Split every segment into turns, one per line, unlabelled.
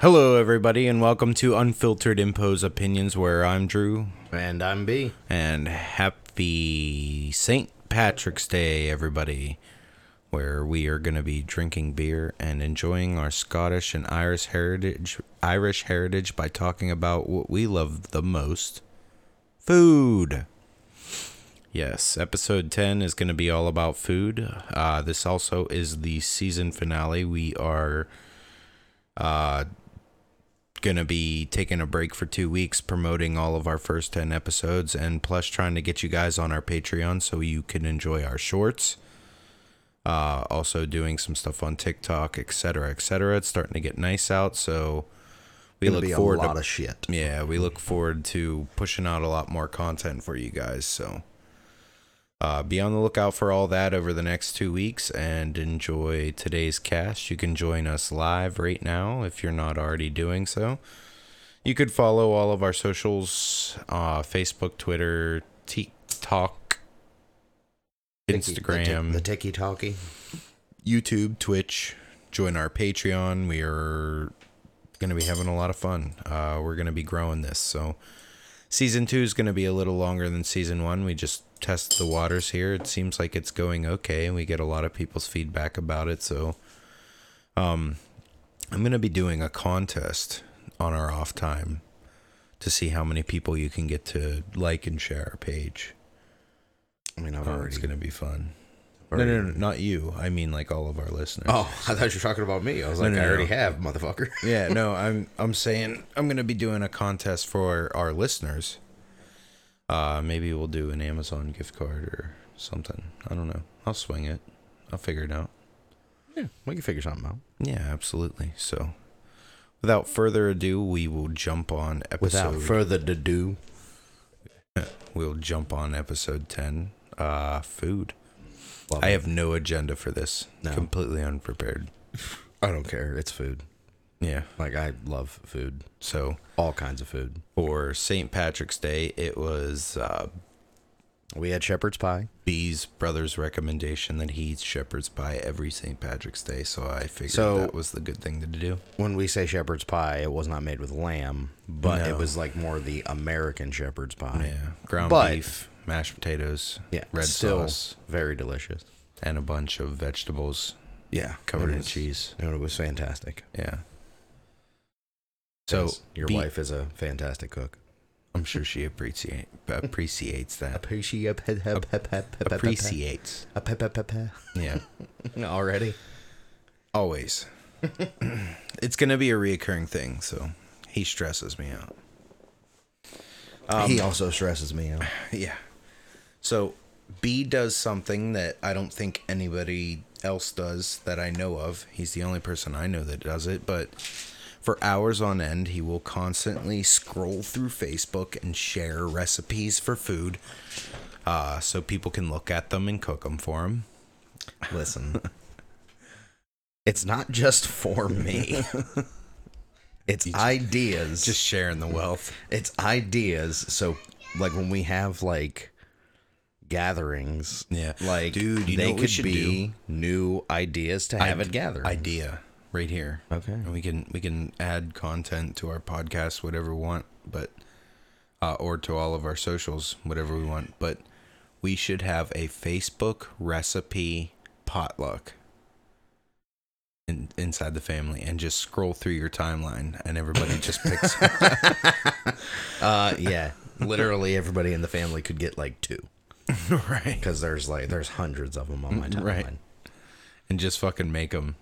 Hello, everybody, and welcome to Unfiltered Impose Opinions, where I'm Drew,
And I'm B.
and happy St. Patrick's Day, everybody, where we are going to be drinking beer and enjoying our Scottish and Irish heritage, Irish heritage by talking about what we love the most food. Yes, episode 10 is going to be all about food. Uh, this also is the season finale. We are uh, gonna be taking a break for two weeks promoting all of our first 10 episodes and plus trying to get you guys on our patreon so you can enjoy our shorts uh, also doing some stuff on tiktok etc etc it's starting to get nice out so we
It'll
look
be a
forward
lot
to
of shit.
yeah we look forward to pushing out a lot more content for you guys so uh, be on the lookout for all that over the next two weeks and enjoy today's cast. You can join us live right now if you're not already doing so. You could follow all of our socials uh, Facebook, Twitter, TikTok, Instagram,
The Tiki Talkie.
YouTube, Twitch. Join our Patreon. We are going to be having a lot of fun. Uh, we're going to be growing this. So, season two is going to be a little longer than season one. We just test the waters here. It seems like it's going okay, and we get a lot of people's feedback about it. So, um, I'm going to be doing a contest on our off time to see how many people you can get to like and share our page.
I mean, I've
Oh,
already.
it's going to be fun. No, no, no, not you. I mean, like all of our listeners.
Oh, I thought you were talking about me. I was like,
no,
I already
no.
have, motherfucker.
yeah, no, I'm I'm saying I'm gonna be doing a contest for our listeners. Uh, maybe we'll do an Amazon gift card or something. I don't know. I'll swing it. I'll figure it out.
yeah, we can figure something out.
Yeah, absolutely. So, without further ado, we will jump on
Without
episode.
further ado,
we'll jump on episode ten. Uh, food. I have no agenda for this.
No.
Completely unprepared.
I don't care. It's food.
Yeah.
Like, I love food.
So
All kinds of food.
for St. Patrick's Day, it was uh,
We had shepherd's pie.
B's brother's recommendation that he eats shepherd's pie every St. Patrick's Day, so I figured
So-
that was the good thing to do.
When we say shepherd's pie, it was not made with lamb, but
No.
it was like more the American shepherd's pie.
Yeah, ground
But-
beef, mashed potatoes,
Yeah.
red
still
sauce,
Very delicious.
and a bunch of vegetables
Yeah.
covered
it
in
was-
cheese.
And it was fantastic.
Yeah. So
Yes, your
Be-
wife is a fantastic cook.
I'm sure she appreciate appreciates that.
Appreciate
Appreciates. Yeah.
already.
Always. it's gonna be a reoccurring thing, so he stresses me out. Um,
he also stresses me out.
Yeah. So B does something that I don't think anybody else does that I know of. He's the only person I know that does it, but for hours on end, he will constantly scroll through Facebook and share recipes for food uh, so people can look at them and cook them for him.
Listen, it's not just for me. It's ideas.
Just sharing the wealth.
it's ideas. So, like when we have like gatherings,
Yeah.
like
Dude, you know
they
what we
could
should
be new ideas to have at gathering.
Idea right here.
okay.
And we can we can add content to our podcast whatever we want but uh, or to all of our socials whatever we want but we should have a facebook recipe potluck in, inside the family and just scroll through your timeline and everybody just picks
Uh, yeah. Literally, everybody in the family could get like two
right
because there's like there's hundreds of them on my timeline.
Mm, right. and just fucking make them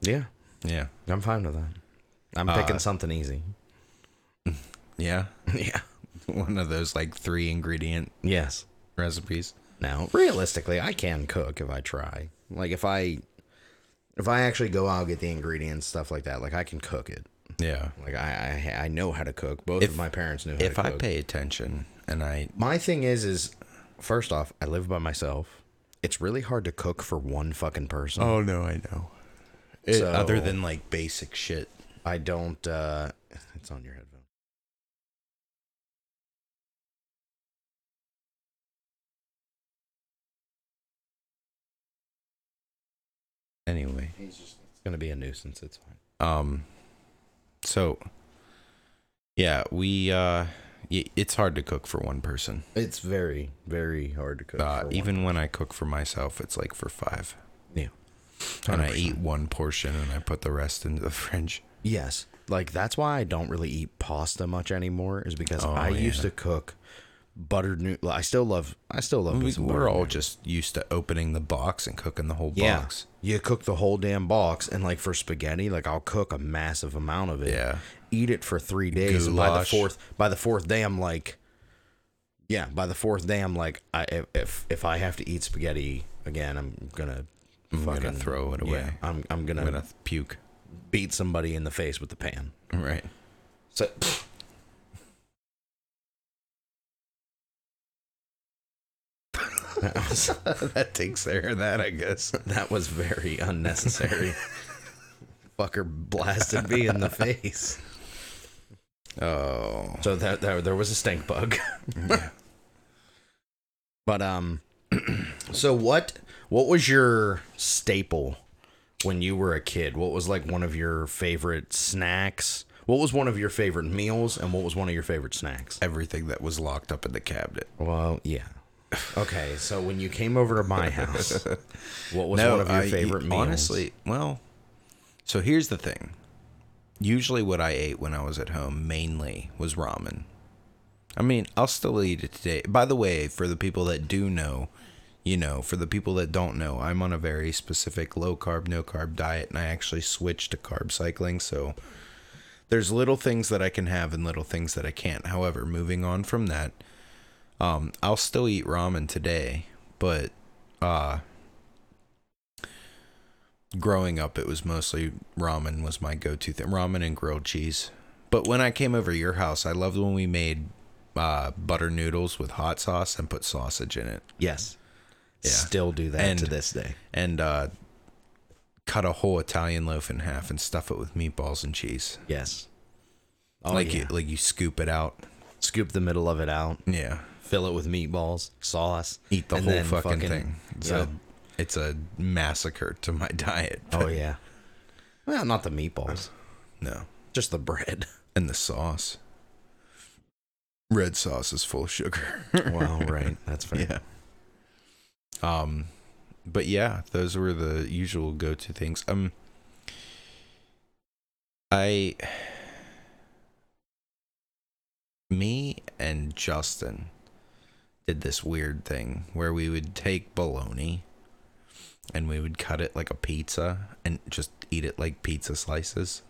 Yeah,
yeah
I'm fine with that. I'm
Uh,
picking something easy.
yeah
Yeah.
one of those like three ingredient
Yes.
recipes
Now, realistically, I can cook if I try. Like if I if I actually go out get the ingredients stuff like that, like I can cook it.
yeah
Like I I, I know how to cook. Both of my parents knew how
if
to
i
cook.
pay attention and i
my thing is is first off, I live by myself. It's really hard to cook for one fucking person.
Oh no, I know.
So-
other than like basic shit.
I don't uh it's on your headphone.
Anyway,
It's gonna be a nuisance, it's fine.
um, So, yeah, we uh, y- it's hard to cook for one person.
It's very, very hard to cook.
Uh,
for
even when I cook for myself, it's like for five,
one. yeah,
and I eat one portion and I put the rest into the fridge.
yes, like that's why I don't really eat pasta much anymore. Is because
Oh,
I used to cook buttered noodles. I still love. I still love. me
We,
some
we're
buttered
all just used to opening the box and cooking the whole
Yeah.
box.
You cook the whole damn box, and like for spaghetti, like I'll cook a massive amount of it.
Yeah.
Eat it for three days. And by the
Goulash.
fourth, by the fourth day, I'm like, yeah. By the fourth day, I'm like, I if if, if I have to eat spaghetti again, I'm gonna
I'm gonna
fucking-
throw it
yeah,
away.
I'm I'm gonna,
I'm gonna th- puke.
beat somebody in the face with the pan.
Right.
So. That was-
that takes care of that, I guess.
That was very unnecessary. Fucker blasted me in the face.
Oh.
So that, that there was a stink bug.
Mm-hmm. Yeah.
But um so what what was your staple when you were a kid? What was like one of your favorite snacks? What was one of your favorite meals and what was one of your favorite snacks?
Everything that was locked up in the cabinet.
Well, yeah. Okay, so when you came over to my house, what was one of your
I-
favorite meals?
Honestly, well, so here's the thing. Usually, what I ate when I was at home mainly was ramen. I mean, I'll still eat it today. By the way, for the people that do know, you know, for the people that don't know, I'm on a very specific low carb, no carb diet, and I actually switched to carb cycling. So there's little things that I can have and little things that I can't. However, moving on from that, um, I'll still eat ramen today, but uh, growing up, it was mostly ramen was my go-to thing. Ramen and grilled cheese. But when I came over to your house, I loved when we made uh, butter noodles with hot sauce and put sausage in it,
yes.
Yeah.
Still do that to
And-
this day.
and uh, cut a whole Italian loaf in half and stuff it with meatballs and cheese.
Yes. Oh,
like
yeah.
you, like you scoop it out.
scoop the middle of it out,
Yeah,
fill it with meatballs, sauce,
eat the
and
whole
then
fucking, thing. It's
yeah.
a it's a massacre to my diet.
Oh yeah. Well, not the meatballs,
No,
just the bread.
and the sauce. Red sauce is full of sugar.
Well, right, that's fair.
Yeah. Um, but yeah, those were the usual go-to things. Um, I, me and Justin did this weird thing where we would take bologna and we would cut it like a pizza and just eat it like pizza slices.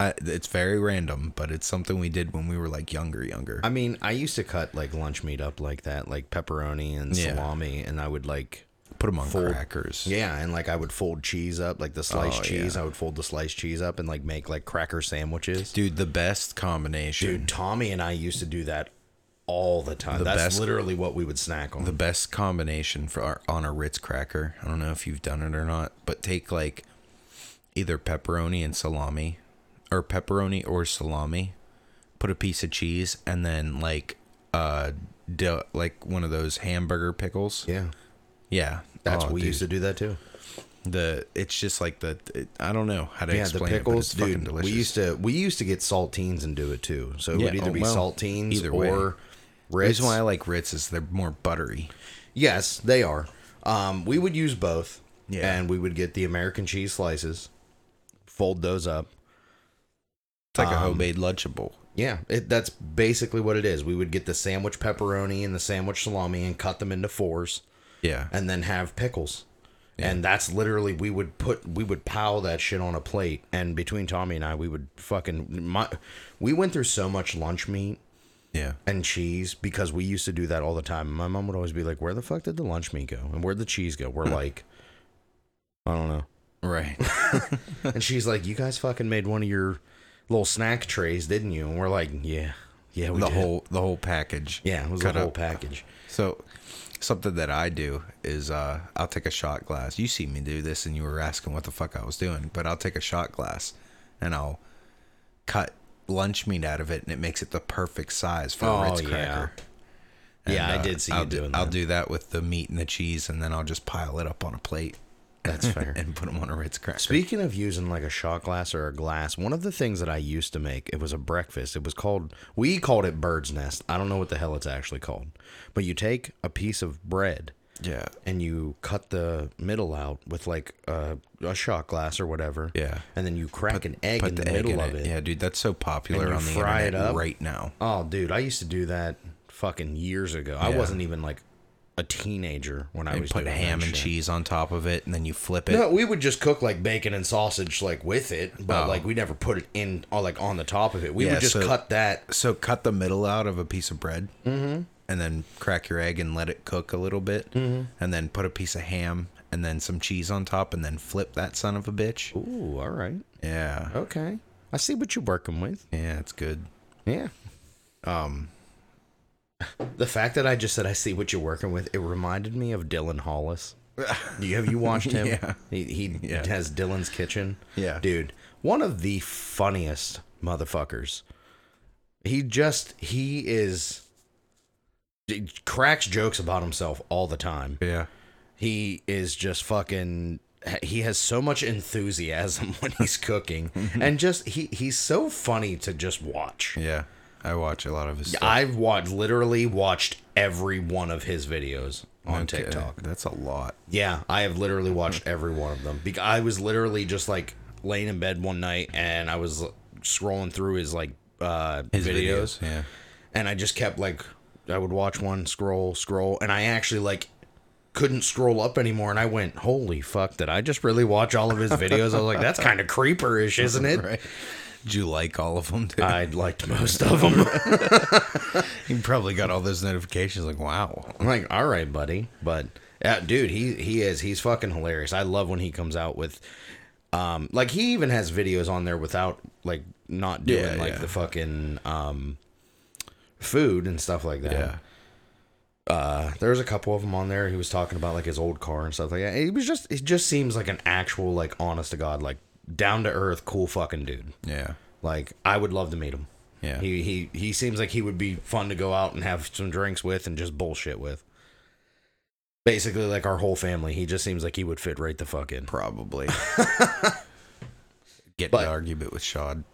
I, it's very random, but it's something we did when we were like younger, younger.
I mean, I used to cut like lunch meat up like that, like pepperoni and
Yeah.
salami, and I would like
Put them on
Full-
crackers.
yeah, and like I would fold cheese up, like the sliced
Oh,
cheese. I would fold the sliced cheese up and like make like cracker sandwiches.
Dude, the best combination.
Dude, Tommy and I used to do that all the time. that's
best-
literally what we would snack on.
the best combination for our, on a Ritz cracker. I don't know if you've done it or not, but take like either pepperoni and salami, or pepperoni or salami. Put a piece of cheese and then like uh do, like one of those hamburger pickles.
yeah,
Yeah,
that's
Oh,
we
dude.
used to do that too.
The it's just like the it, I don't know how to
Yeah, the
explain
pickles,
it, but it's
dude.
fucking delicious.
We used to we used to get saltines and do it too. So it
Yeah,
would either
oh,
be
well,
saltines
either way.
or
the
Ritz.
reason why I like Ritz is they're more buttery.
yes, they are. Um, we would use both.
Yeah.
And we would get the American cheese slices, fold those up.
It's
Um,
like a homemade lunchable.
Yeah, it, that's basically what it is. We would get the sandwich pepperoni and the sandwich salami and cut them into fours.
Yeah,
and then have pickles. And that's literally we would put we would pile that shit on a plate and between Tommy and I we would fucking my we went through so much lunch meat
yeah.
and cheese because we used to do that all the time. My mom would always be like, "Where the fuck did the lunch meat go? And where'd the cheese go?"
Hmm.
We're like, "I don't know."
Right.
And she's like, "You guys fucking made one of your little snack trays, didn't you?" And we're like, "Yeah, yeah, we
the
did."
whole the whole package.
yeah, it was the
cut
whole
up.
package."
So, something that I do is uh, I'll take a shot glass. You see me do this, and you were asking what the fuck I was doing, but I'll take a shot glass and I'll cut lunch meat out of it, and it makes it the perfect size for
Oh,
a Ritz
yeah.
cracker.
yeah, I
uh,
did see
I'll
you doing
I'll
that.
do that with the meat and the cheese, and then I'll just pile it up on a plate.
That's fair.
and put them on a Ritz cracker.
Speaking of using like a shot glass or a glass, one of the things that I used to make, it was a breakfast. It was called, we called it bird's nest. I don't know what the hell it's actually called. But you take a piece of bread
Yeah.
and you cut the middle out with like a, a shot glass or whatever.
Yeah.
And then you crack an egg
Put
in
the,
the,
egg
middle
in
of
it.
it.
Yeah, dude, that's so popular
you
on the
fry it
internet
up.
right now.
Oh, dude, I used to do that fucking years ago. I
Yeah.
wasn't even like a teenager when I
You
was
put
doing
ham
that
and
shit.
cheese on top of it, and then you flip it.
No, we would just cook like bacon and sausage like with it, but like we never put it in or like on the top of it. We
Oh. Yeah,
would just
so-
cut that.
So cut the middle out of a piece of bread, mm-hmm. and then crack your egg and let it cook a little bit, mm-hmm. and then put a piece of ham and then some cheese on top, and then flip that son of a bitch.
Ooh, all right.
Yeah,
Okay. I see what you're working with.
yeah, it's good.
Yeah. Um the fact that I just said I see what you're working with, it reminded me of Dylan Hollis. You have you watched him?
Yeah.
He he
Yeah.
has Dylan's kitchen.
Yeah.
Dude, one of the funniest motherfuckers. He just he is he cracks jokes about himself all the time.
Yeah,
He is just fucking he has so much enthusiasm when he's cooking and just he he's so funny to just watch.
yeah. I watch a lot of his. stuff.
I've watched literally watched every one of his videos on
Okay,
TikTok.
That's a lot.
Yeah, I have literally watched every one of them. Because I was literally just like laying in bed one night and I was scrolling through his like uh videos,
Yeah.
and I just kept like I would watch one scroll scroll and I actually like couldn't scroll up anymore and I went, "Holy fuck, did I just really watch all of his videos?" I was like, "That's kind of creeperish, isn't it?"
Right. Did you like all of them? Dude?
I liked most of them.
you probably got all those notifications. Like, wow.
I'm like, all right, buddy, but uh, dude, he he is he's fucking hilarious. I love when he comes out with, um, like he even has videos on there without like not doing
Yeah,
like
yeah.
the fucking um, food and stuff like that.
Yeah.
Uh, there was a couple of them on there. He was talking about like his old car and stuff like that. He was just it just seems like an actual like honest to god like down to earth cool fucking dude.
Yeah.
Like I would love to meet him.
Yeah.
He he he seems like he would be fun to go out and have some drinks with and just bullshit with. Basically, like our whole family, he just seems like he would fit right the fuck in.
Probably. Get
But-
in an argument with Shad.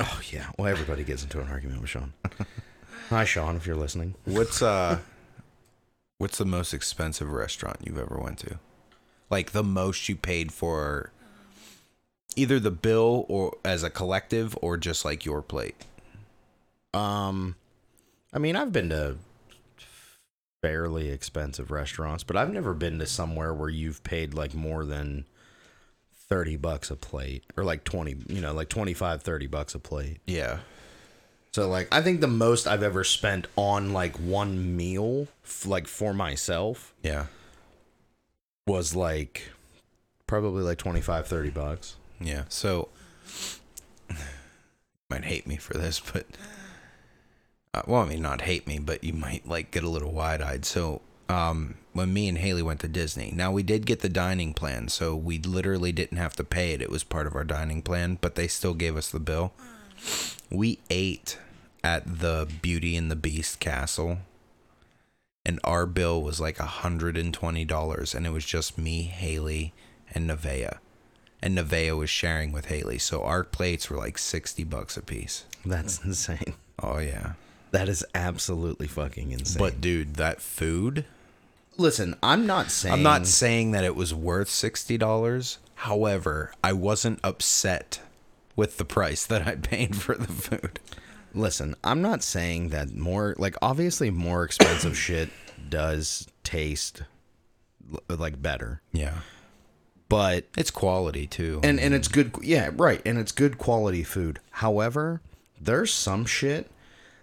Oh yeah. Well, everybody gets into an argument with Sean. Hi, Sean, if you're listening.
What's uh what's the most expensive restaurant you've ever went to? Like the most you paid for either the bill or as a collective or just like your plate.
Um, I mean, I've been to fairly expensive restaurants, but I've never been to somewhere where you've paid like more than thirty bucks a plate, or like twenty, you know, like 25, 30 bucks a plate.
Yeah.
So like I think the most I've ever spent on like one meal f- like for myself
Yeah.
was like probably like 25 30 bucks.
Yeah. So you might hate me for this, but uh, well, I mean, not hate me, but you might like get a little wide eyed. So, um, when me and Haley went to Disney, now we did get the dining plan, so we literally didn't have to pay it. It was part of our dining plan, but they still gave us the bill. We ate at the Beauty and the Beast castle. And our bill was like $120, and it was just me, Haley, and Nevaeh and Nevaeh was sharing with Haley. So our plates were like 60 bucks a piece.
That's insane.
Oh yeah.
That is absolutely fucking insane. But
But dude, that food,
listen, I'm not saying
I'm not saying that it was worth $60. However, I wasn't upset with the price that I paid for the food.
listen, I'm not saying that more like obviously more expensive shit does taste l- like better.
Yeah.
But
It's quality too.
and and it's good yeah right and it's good quality food however there's some shit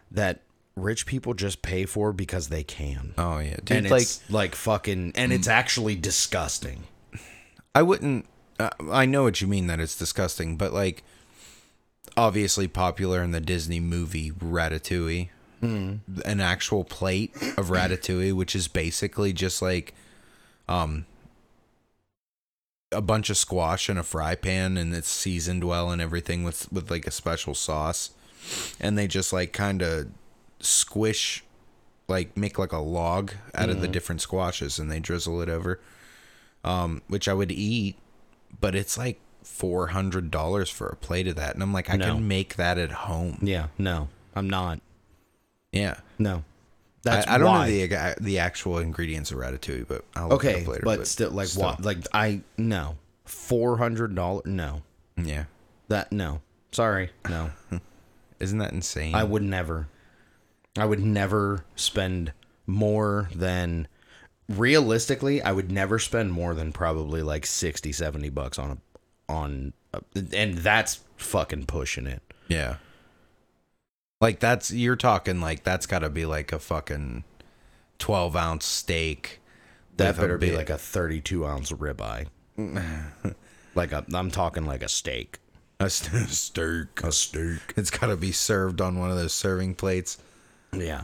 that rich people just pay for because they can
oh yeah. Dude,
and
like Mm.
it's like fucking and it's actually disgusting
I wouldn't. Uh, I know what you mean that it's disgusting, but like, obviously popular in the Disney movie Ratatouille, an actual plate of Ratatouille, which is basically just like, um, a bunch of squash in a fry pan, and it's seasoned well and everything with with like a special sauce, and they just like kind of squish, like make like a log out of the different squashes, and they drizzle it over um, which I would eat, but it's like four hundred dollars for a plate of that, and I'm like, I
No.
can make that at home.
Yeah, no, I'm not.
Yeah,
No,
I,
that's
I don't
why.
know the uh, the actual ingredients of ratatouille, but I'll look it
okay,
up later.
but, still, like what? Like I no, four hundred dollar. No,
yeah,
that no. Sorry, no.
isn't that insane?
I would never. I would never spend more than realistically, I would never spend more than probably like 60 70 bucks on a on a, and that's fucking pushing it.
yeah, like that's you're talking like that's got to be like a fucking twelve ounce steak.
That
with a
better be
big-
like a 32 ounce ribeye. like a, I'm talking like a steak.
a s- steak.
A steak.
It's got to be served on one of those serving plates
Yeah.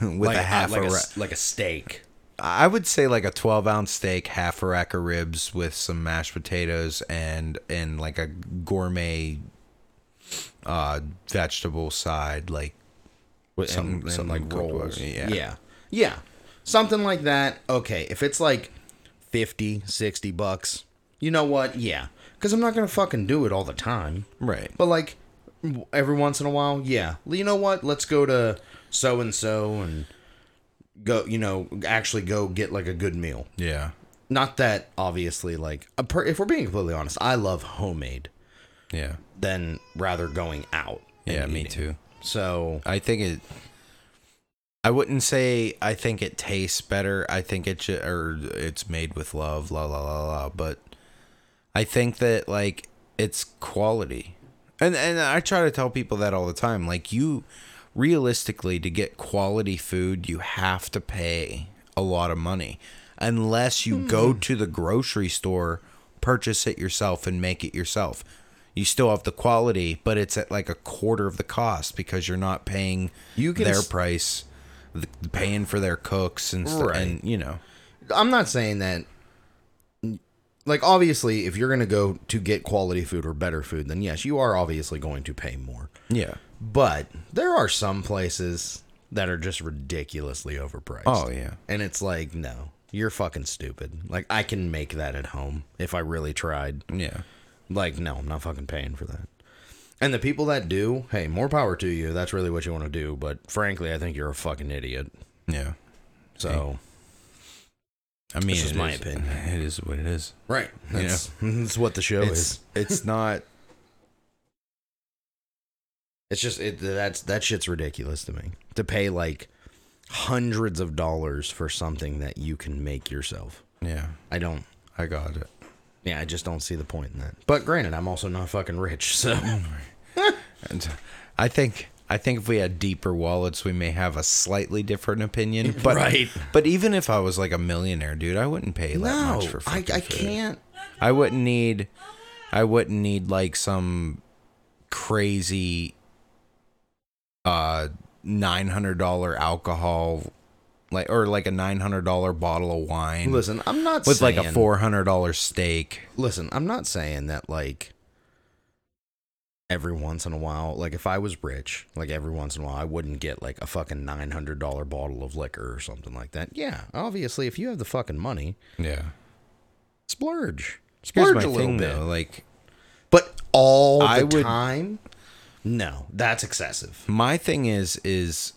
with
Like uh,
a half
like
a.
a,
ra-
s- like a steak.
I would say like a 12 ounce steak, half a rack of ribs with some mashed potatoes and and like a gourmet uh vegetable side like
with
Something-
and, and,
something
like
cooked with-
rolls.
yeah.
yeah. Yeah. Something like that. Okay, if it's like 50, 60 bucks, you know what? Yeah. Cuz I'm not going to fucking do it all the time.
right.
But like w- every once in a while, yeah. You know what? Let's go to so and so and go, you know, actually go get like a good meal.
Yeah.
Not that obviously like a per- if we're being completely honest, I love homemade
Yeah.
than rather going out. and
Yeah, me
eating.
too.
So,
I think it I wouldn't say I think it tastes better. I think it should, or it's made with love, la la la la, but I think that like it's quality. And and I try to tell people that all the time. Like you realistically to get quality food, you have to pay a lot of money unless you go
Hmm.
to the grocery store, purchase it yourself and make it yourself. You still have the quality, but it's at like a quarter of the cost because you're not paying
You can
their
s-
price, th- paying for their cooks and stuff,
Right.
and you know,
I'm not saying that. Like obviously, if you're gonna go to get quality food or better food, then yes, you are obviously going to pay more.
yeah.
But there are some places that are just ridiculously overpriced.
Oh yeah,
and it's like, no, you're fucking stupid. Like I can make that at home if I really tried.
yeah,
Like no, I'm not fucking paying for that. And the people that do, hey, more power to you. That's really what you want to do. But frankly, I think you're a fucking idiot.
yeah.
So
I mean,
is
it
my opinion.
It is what it is.
right, that's, that's what the show is.
It's it's not.
It's just it that's that shit's ridiculous to me. To pay like hundreds of dollars for something that you can make yourself.
Yeah,
I don't
I got it.
yeah, I just don't see the point in that. But granted, I'm also not fucking rich, so
And I think I think if we had deeper wallets, we may have a slightly different opinion. But
Right.
But even if I was like a millionaire, dude, I wouldn't pay that
no,
much for.
I,
fucking
I
food.
can't.
I wouldn't need. I wouldn't need like some crazy uh nine hundred dollar alcohol, like or like a nine hundred dollar bottle of wine
Listen, I'm not
with
saying,
like a four hundred dollar steak.
Listen, I'm not saying that like every once in a while, like if I was rich, like every once in a while, I wouldn't get like a fucking nine hundred dollar bottle of liquor or something like that. Yeah, obviously, if you have the fucking money,
Yeah,
splurge.
here's
Splurge
my
a little
thing
bit.
though. Like
But all
I
the
would-
time? No, that's excessive.
my thing is is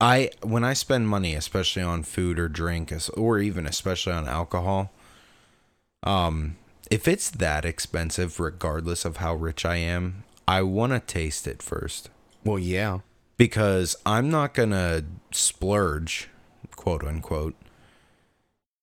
I when I spend money, especially on food or drink, es- or even especially on alcohol, um, if it's that expensive, regardless of how rich I am, I want to taste it first
Well, yeah.
because I'm not gonna splurge, quote unquote,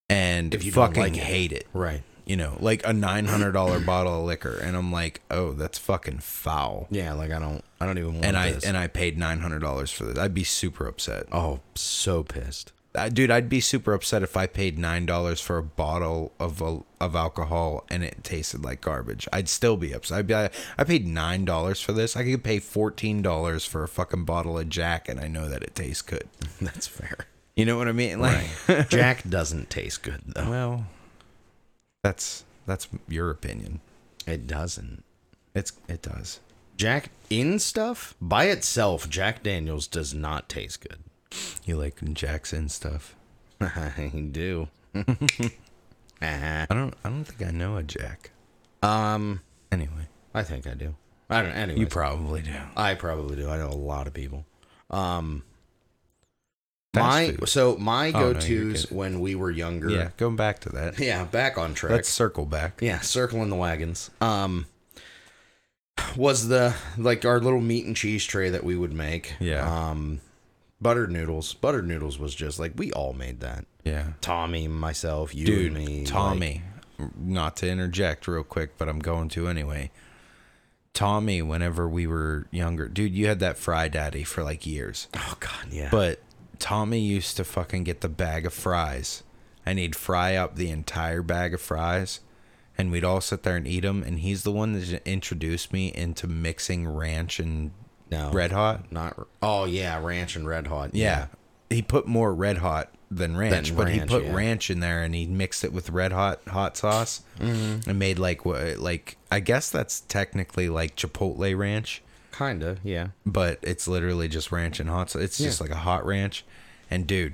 and
If you don't
fucking
like it.
hate it
Right.
you know, like a nine hundred dollar bottle of liquor, and I'm like, oh, that's fucking foul.
Yeah, like I don't I don't even want
And I
this.
and I paid nine hundred dollars for this. I'd be super upset,
oh, so pissed.
I, dude. I'd be super upset if I paid nine dollars for a bottle of al- of alcohol and it tasted like garbage. I'd still be upset. I'd be, I, I paid nine dollars for this. I could pay fourteen dollars for a fucking bottle of Jack, and I know that it tastes good.
That's fair.
You know what I mean? Like,
Jack doesn't taste good though.
well, that's that's your opinion.
It doesn't.
It's it does.
Jack in stuff by itself, Jack Daniels does not taste good.
You like Jackson stuff.
I do. Uh-huh.
I don't. I don't think I know a Jack.
Um,
Anyway,
I think I do. I don't. Anyway,
you probably do.
I probably do. I know a lot of people. Um,
Fast
my
food. Oh,
so my
no, you're
go-to's when we were younger.
Yeah, going back to that.
Yeah, back on track.
Let's circle back.
yeah, circling the wagons. Um, was the like our little meat and cheese tray that we would make.
Yeah.
Um, buttered noodles. Buttered noodles was just like we all made that.
Yeah.
Tommy, myself, you
Dude,
and me. like-
Tommy, not to interject real quick, but I'm going to anyway. Tommy, whenever we were younger, dude, you had that fry daddy for like years.
oh God, yeah.
But Tommy used to fucking get the bag of fries, and he'd fry up the entire bag of fries, and we'd all sit there and eat them. And he's the one that introduced me into mixing ranch and
no,
red hot.
not. Oh yeah, ranch and red hot.
Yeah. He put more red hot than ranch, but he
ranch,
put
yeah.
ranch in there and he mixed it with red hot hot sauce
Mm-hmm.
and made like what like I guess that's technically like chipotle ranch,
kinda. Yeah.
but it's literally just ranch and hot sauce. It's just
Yeah.
like a hot ranch. And dude,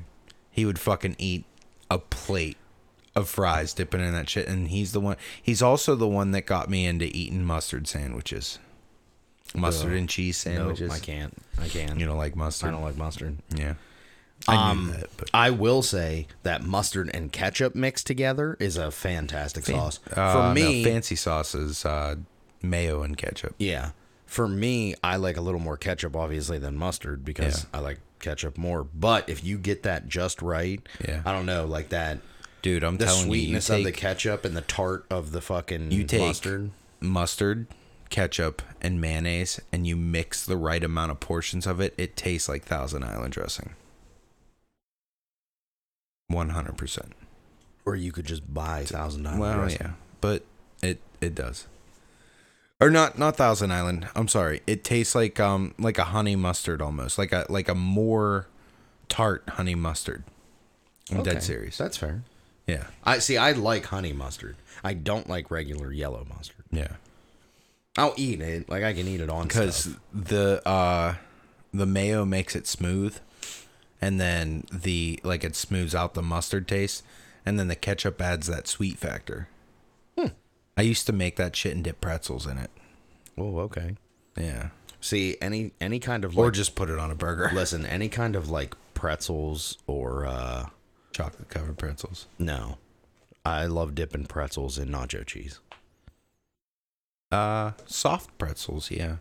he would fucking eat a plate of fries dipping in that shit and he's the one he's also the one that got me into eating mustard sandwiches. Mustard and cheese
Nope,
sandwiches.
I can't. I can't.
You don't like mustard?
I don't like mustard.
Yeah. I
Um,
knew that, but
I will say that mustard and ketchup mixed together is a fantastic sauce.
Uh,
For
no,
me,
fancy sauces, uh, mayo and ketchup.
yeah. For me, I like a little more ketchup obviously than mustard because I like ketchup more. But if you get that just right,
Yeah.
I don't know, like that
Dude, I'm
the
telling you, you
sweetness
take,
of the ketchup and the tart of the fucking
you take
mustard.
mustard, ketchup, and mayonnaise, and you mix the right amount of portions of it. It tastes like Thousand Island dressing. One hundred percent.
Or you could just buy thousand dollars.
Well, yeah, but it it does. Or not not Thousand Island. I'm sorry. It tastes like um like a honey mustard almost, like a like a more tart honey mustard. I'm dead serious.
That's fair.
Yeah.
I see I like honey mustard. I don't like regular yellow mustard.
Yeah.
I'll eat it. Like I can eat it on stuff.
because the uh the mayo makes it smooth and then the like it smooths out the mustard taste and then the ketchup adds that sweet factor Hmm. i used to make that shit and dip pretzels in it
Oh, okay.
yeah
See, any any kind of
or
like,
just put it on a burger
listen, any kind of like pretzels or uh
chocolate covered pretzels
no. I love dipping pretzels in nacho cheese.
uh soft pretzels yeah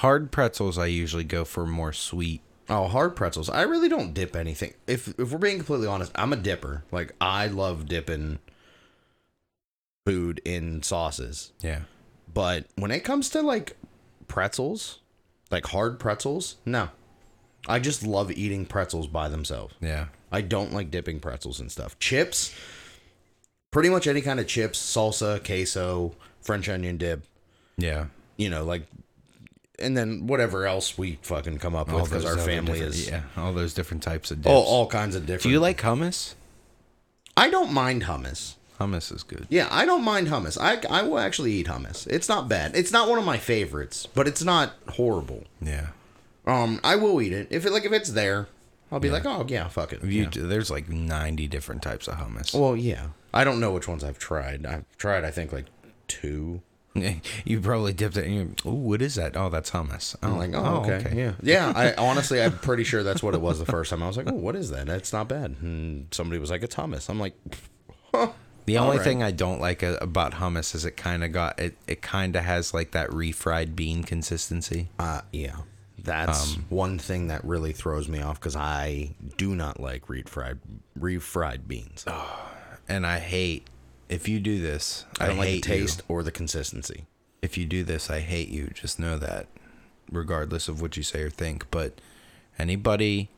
hard pretzels i usually go for more sweet
Oh, hard pretzels. I really don't dip anything. If if we're being completely honest, I'm a dipper. Like I love dipping food in sauces.
yeah
But when it comes to like pretzels, like hard pretzels, no. I just love eating pretzels by themselves.
yeah
I don't like dipping pretzels and stuff. Chips, pretty much any kind of chips, salsa, queso, French onion dip,
yeah
you know, like, and then whatever else we fucking come up with because our
other
family
different-
is
yeah all those different types of dips
all, all kinds of different.
do you like hummus
I don't mind hummus.
hummus is good
Yeah, I don't mind hummus. I, I will actually eat hummus. It's not bad. It's not one of my favorites, but it's not horrible.
yeah
Um, I will eat it if it like if it's there. I'll be like, oh yeah, fuck it.
You,
Yeah.
There's like 90 different types of hummus.
Well, yeah. I don't know which ones I've tried. I've tried, I think, like two.
you probably dipped it and you, oh, what is that? Oh, that's hummus.
I'm like, oh, okay. yeah, yeah. I honestly, I'm pretty sure that's what it was the first time. I was like, oh, what is that? That's not bad. And somebody was like, it's hummus. I'm like, huh.
The
All
only
right.
thing I don't like uh, about hummus is it kind of got it. It kind of has like that refried bean consistency.
Uh, yeah, that's one thing that really throws me off because I do not like refried refried beans.
And I hate if you do this.
I don't like the
hate you.
taste or the consistency.
If you do this, I hate you. Just know that, regardless of what you say or think. But anybody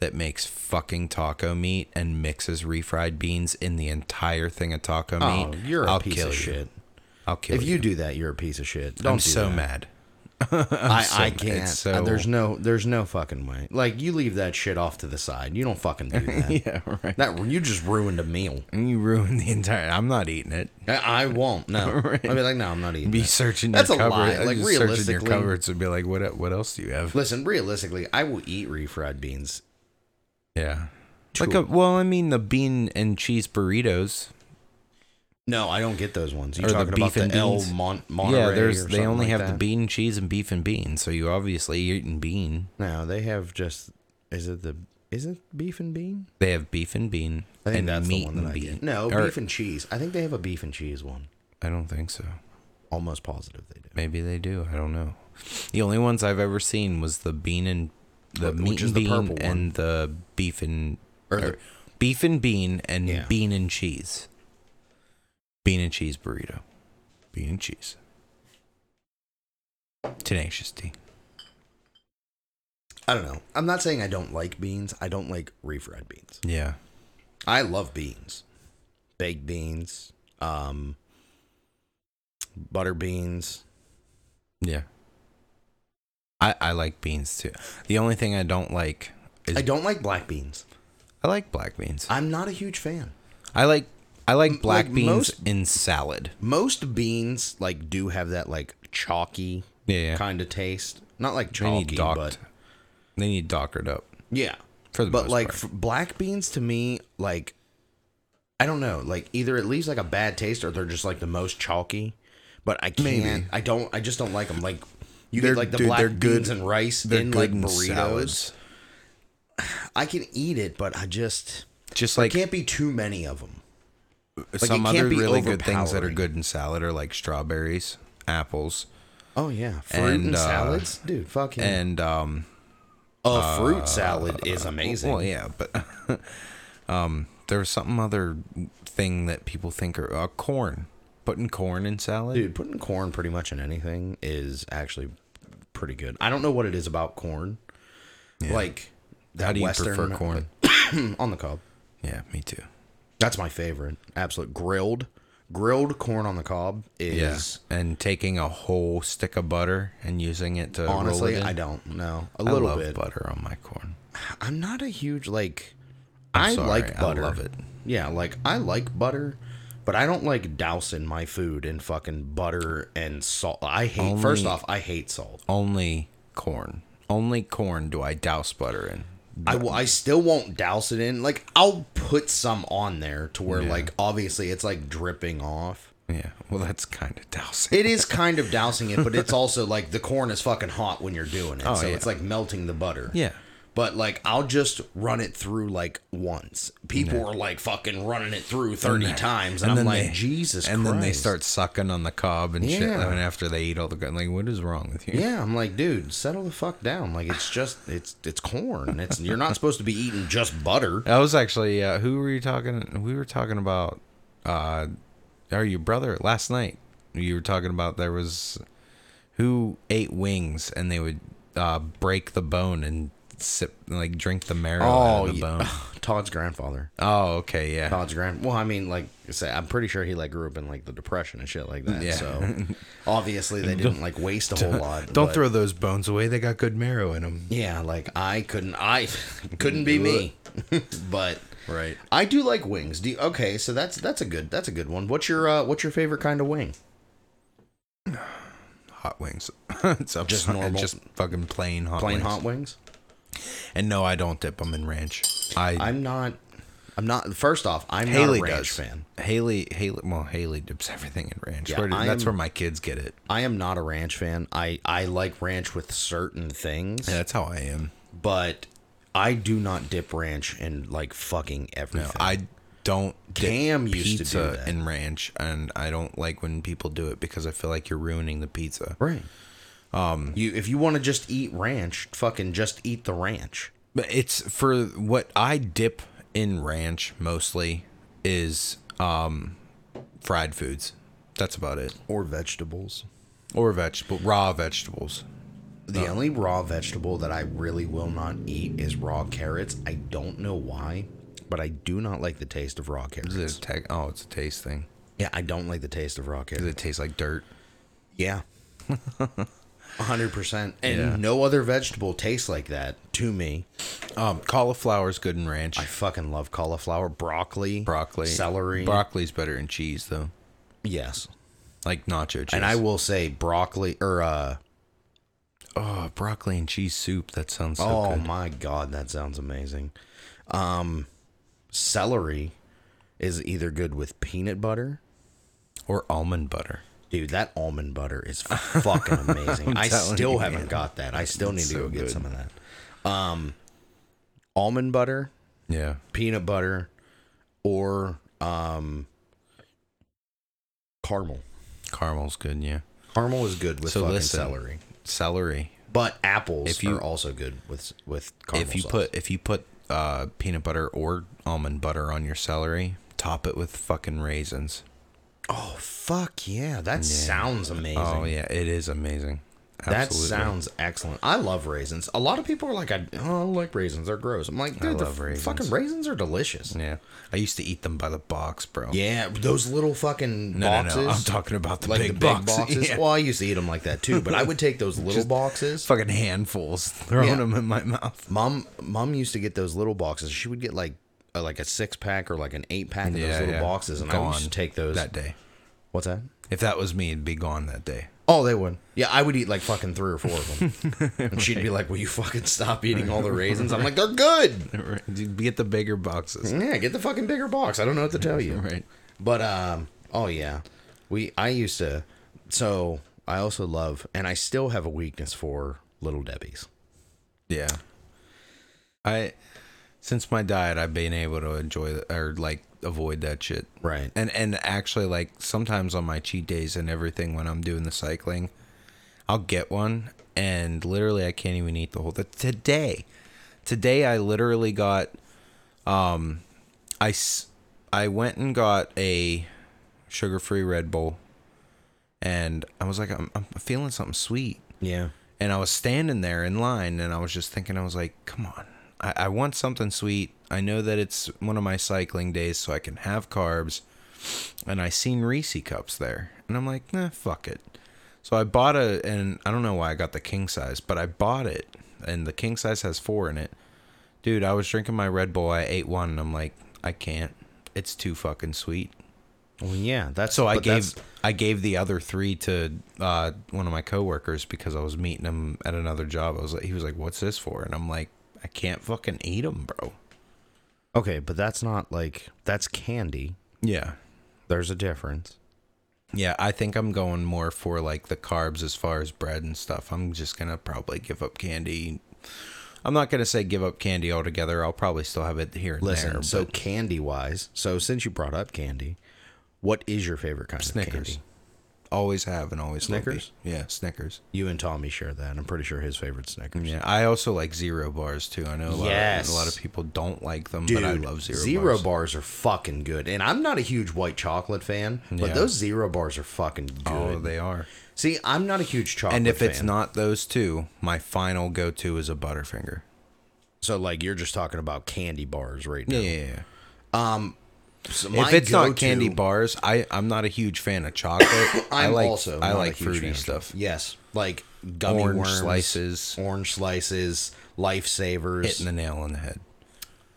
that makes fucking taco meat and mixes refried beans in the entire thing of taco
Oh,
meat,
you're a
I'll
piece
kill
of
you.
shit.
I'll kill
If
you.
you do that, you're a piece of shit. Don't
I'm
do
so
that.
mad.
I, I
so-
can't.
it's
Uh, there's
so-
no there's no fucking way. Like you leave that shit off to the side. You don't fucking do that.
Yeah, right.
That you just ruined a meal.
And you ruined the entire. I'm not eating it.
I, I won't. No. I'll be like, no, I'm not eating.
Be
that.
searching
That's
your
a
cupboard.
lie.
I'd
Like,
just search in your
realistically-
cupboards and be like, what? What else do you have?
Listen, realistically, I will eat refried beans
Yeah, Like a, well, I mean the bean and cheese burritos.
No, I don't get those ones. You
Or the
talking
beef
about the
and
El
beans?
Mon- Monterey?
yeah, there's
or
they
something
only
like
have the
that?
bean, cheese, and beef and beans. So you obviously eating bean.
No, they have just. Is it the? Is it beef and bean?
They have beef and bean
I think
and
that's
meat
the one that
and
I
bean.
get. No,
Or-
beef and cheese. I think they have a beef and cheese one.
I don't think so.
Almost positive they do.
Maybe they do. I don't know. The only ones I've ever seen was the bean and the
Wh-
meat
which is
and
the
bean
purple one.
and the beef and
Or
or
the-
beef and bean and
Yeah.
bean and cheese. Bean and cheese burrito. Bean and cheese. Tenacious D.
I don't know. I'm not saying I don't like beans. I don't like refried beans.
Yeah.
I love beans, baked beans, um, butter beans.
Yeah. I I like beans too. The only thing I don't like is
I
I,
don't like black beans.
like black beans.
I'm not a huge fan.
I like I like
M-
black
like
beans
most-
in salad.
Most beans like do have that like chalky
Yeah. yeah.
kind of taste. Not like
They need
chalky,
docked.
but
They need dockered up.
yeah.
For the
but
most
like
part.
f- black beans to me, like I don't know, like either it leaves like a bad taste or they're just like the most chalky. But I can't.
Maybe.
I don't. I just don't like them. Like you
They're-
get like the
dude,
black
they're good-
beans and rice
they're
in
good
like
in
burritos.
salads.
I can eat it, but I just
Just
there
like,
can't be too many of them. it
some
can't
other
be
really good things that are
overpowering.
good in salad are like strawberries, apples,
Oh yeah, fruit
And,
and,
uh,
salads, dude. Fuck yeah.
and um
a fruit salad is amazing.
well yeah, but um there was something other thing that people think are uh, corn. Putting corn in salad.
Dude, putting corn pretty much in anything is actually pretty good. I don't know what it is about corn. Like that
How do you
Western
prefer corn?
on the cob.
yeah, me too.
That's my favorite. Absolute grilled grilled corn on the cob
Yeah.
is
And taking a whole stick of butter and using it to
honestly
roll it in.
I don't know. A
I
little
love
bit.
butter on my corn.
I'm not a huge like
I'm
I
sorry,
like
I
butter.
love it.
Yeah, like I like butter, but I don't like dousing my food in fucking butter and salt. I hate first
Only-
off, I hate salt.
Only corn. Only corn do I douse butter in.
I will. I still won't douse it in. Like I'll put some on there to where like obviously it's like dripping off.
Yeah, well, that's kind of dousing.
It is kind of dousing it, but it's also like the corn is fucking hot when you're doing it, so
Oh, yeah.
it's like melting the butter.
Yeah.
But like I'll just run it through like once. People are like fucking running it through thirty times, and, I'm like Jesus.
and then they
Christ."
start sucking on the cob and shit.
Yeah.
And after they eat all the gun, like, what is wrong with you?
Yeah, I'm like, dude, settle the fuck down. Like it's just it's it's corn. It's you're not supposed to be eating just butter.
I was actually, uh, who were you talking? We were talking about, uh, or your brother last night. You were talking about there was who ate wings and they would uh, break the bone and sip, like, drink the marrow out of the
Oh, yeah.
bone.
Uh, Todd's grandfather.
Oh, okay, yeah.
Todd's grand. Well, I mean, like I say, I'm pretty sure he like grew up in like the depression and shit like that.
Yeah.
So obviously they didn't like waste a whole lot.
Don't
but-
throw those bones away. They got good marrow in them.
Yeah, like I couldn't. I couldn't be me. but
Right.
I do like wings. Do you, okay. So that's that's a good that's a good one. What's your uh, what's your favorite kind of wing?
Hot wings. it's up
Just
just normal.
normal-
Just fucking plain hot
Plain
wings.
hot wings.
And no, I don't dip them in ranch. I,
I'm not. I'm not. First off, I'm
Haley
not a ranch
does.
fan.
Haley Haley well Haley dips everything in ranch.
Yeah,
Where did-
I
that's
am-
where my kids get it.
I am not a ranch fan. I I like ranch with certain things,
Yeah, that's how I am.
but I do not dip ranch in like fucking everything.
I don't dip
Cam
pizza
used to do that.
in ranch, and I don't like when people do it because I feel like you're ruining the pizza.
Right. Um, you if you want to just eat ranch, fucking just eat the ranch.
But it's for what I dip in ranch mostly is um fried foods. That's about it.
Or vegetables.
Or vegetable raw vegetables.
The only raw vegetable that I really will not eat is raw carrots. I don't know why, but I do not like the taste of raw carrots.
Is it a tag? Oh, it's a taste thing.
Yeah, I don't like the taste of raw
Does
carrots.
it taste like dirt?
Yeah. 100%. And
Yeah.
no other vegetable tastes like that to me.
Um, cauliflower's good in ranch.
I fucking love cauliflower, broccoli,
Broccoli,
celery.
Broccoli's better in cheese though,
yes.
like nacho cheese.
And I will say broccoli or uh
oh, broccoli and cheese soup. That sounds so
oh
good.
my god, that sounds amazing. Um, celery is either good with peanut butter.
Or almond butter.
Dude, that almond butter is fucking amazing. I
telling
still
you,
haven't
man.
got that. I still need
It's
to
so
go get
good.
some of that. Um, almond butter,
Yeah.
peanut butter, or um, caramel.
Caramel's good, yeah.
Caramel is good with
So
fucking
listen.
celery,
Celery.
but apples
If you-
are also good with with caramel.
if you
sauce.
put if you put uh, peanut butter or almond butter on your celery, top it with fucking raisins.
oh fuck yeah, that sounds amazing.
Oh yeah, it is amazing.
That
Absolutely.
sounds excellent. I love raisins. A lot of people are like, I, oh, I don't like raisins. They're gross. I'm like, dude, the
love
f-
raisins.
fucking raisins are delicious.
Yeah, I used to eat them by the box, bro.
Yeah, those little fucking
No,
boxes.
no, no. I'm talking about the
like
big,
the big
box.
boxes.
Yeah.
Well, I used to eat them like that too, but I would take those little boxes.
Fucking handfuls, throwing
Yeah.
them in my mouth.
Mom, mom used to get those little boxes. She would get like uh, like a six pack or like an eight pack of those
Yeah,
little
yeah.
boxes, and I
Gone
used to take those.
that day.
What's that?
If that was me, it'd be gone that day.
Oh, they would. Yeah, I would eat like fucking three or four of them, and she'd be like, "Will you fucking stop eating all the raisins?" I'm like, "They're good."
You'd Get the bigger boxes,
Yeah, get the fucking bigger box. I don't know what to tell you.
right?
But um, oh yeah, we I used to. So I also love, and I still have a weakness for little Debbie's.
Yeah. I since my diet, I've been able to enjoy th- or like avoid that shit.
Right.
And and actually, like sometimes on my cheat days and everything, when I'm doing the cycling, I'll get one, and literally I can't even eat the whole. Th- today, today I literally got, um, I s- I went and got a sugar-free Red Bull, and I was like, I'm, I'm feeling something sweet.
Yeah.
And I was standing there in line and I was just thinking, I was like, come on, I, I want something sweet. I know that it's one of my cycling days, so I can have carbs. And I seen Reese cups there. And I'm like, nah, fuck it. So I bought a, and I don't know why I got the king size, but I bought it. And the king size has four in it. Dude, I was drinking my Red Bull. I ate one and I'm like, I can't. It's too fucking sweet.
Well, yeah. That's
So I
but
gave
that's-
I gave the other three to uh, one of my coworkers because I was meeting him at another job. I was like, he was like, "What's this for?" And I'm like, "I can't fucking eat them, bro."
Okay, but that's not like that's candy.
Yeah,
There's a difference.
yeah. I think I'm going more for like the carbs as far as bread and stuff. I'm just gonna probably give up candy. I'm not gonna say give up candy altogether. I'll probably still have it here and
Listen,
there.
so
but
candy wise, so since you brought up candy, what is your favorite kind of
Snickers,
candy?
always have and always will be.
Snickers?
Yeah, Snickers.
You and Tommy share that. I'm pretty sure his favorite Snickers.
Yeah, I also like zero bars too. I know a lot,
Yes.
of, a lot of people don't like them,
Dude,
but I love zero.
zero
bars.
are fucking good. And I'm not a huge white chocolate fan, but
Yeah.
those zero bars are fucking good.
Oh, they are.
See, I'm not a huge chocolate
And if it's
fan.
not those two, my final go to is a Butterfinger.
so like you're just talking about candy bars right now.
Yeah. yeah, yeah.
So
if
my
it's not
go-to-
candy bars, I I'm not a huge fan of chocolate. I
I'm
like
also
I
not a
like
huge fan
fruity
of
stuff.
chocolate. Yes, like gummy
Orange
worms,
slices.
orange slices, lifesavers.
Hitting the nail on the head.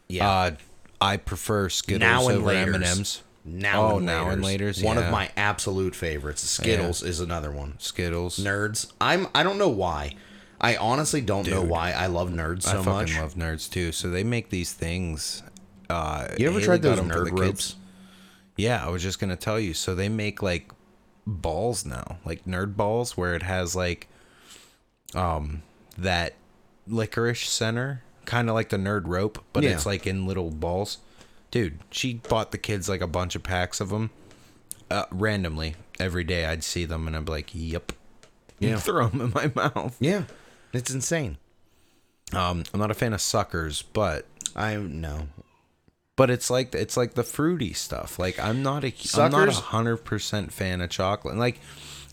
yeah,
Uh, I prefer Skittles
now and
over
later.
M&Ms.
Now
Oh,
and
now and
Laters.
Laters,
One of
yeah.
my absolute favorites. Skittles is another one.
Skittles.
Nerds. I'm. I don't know why. I honestly don't know why I love nerds
I
so
fucking
much.
love nerds too. So they make these things. Uh,
you ever
Haley
tried
got
those
'em for the
nerd
kids.
ropes?
Yeah, I was just gonna tell you. So they make like balls now, like nerd balls, where it has like um that licorice center, kind of like the nerd rope, but
Yeah.
it's like in little balls. Dude, she bought the kids like a bunch of packs of them, uh, randomly every day. I'd see them and I'd be like, "Yep."
Yeah.
Throw them in my mouth.
Yeah, it's insane.
Um, I'm not a fan of suckers, but
I know.
but it's like it's like the fruity stuff. Like I'm not a am not a
Suckers-
hundred percent fan of chocolate. Like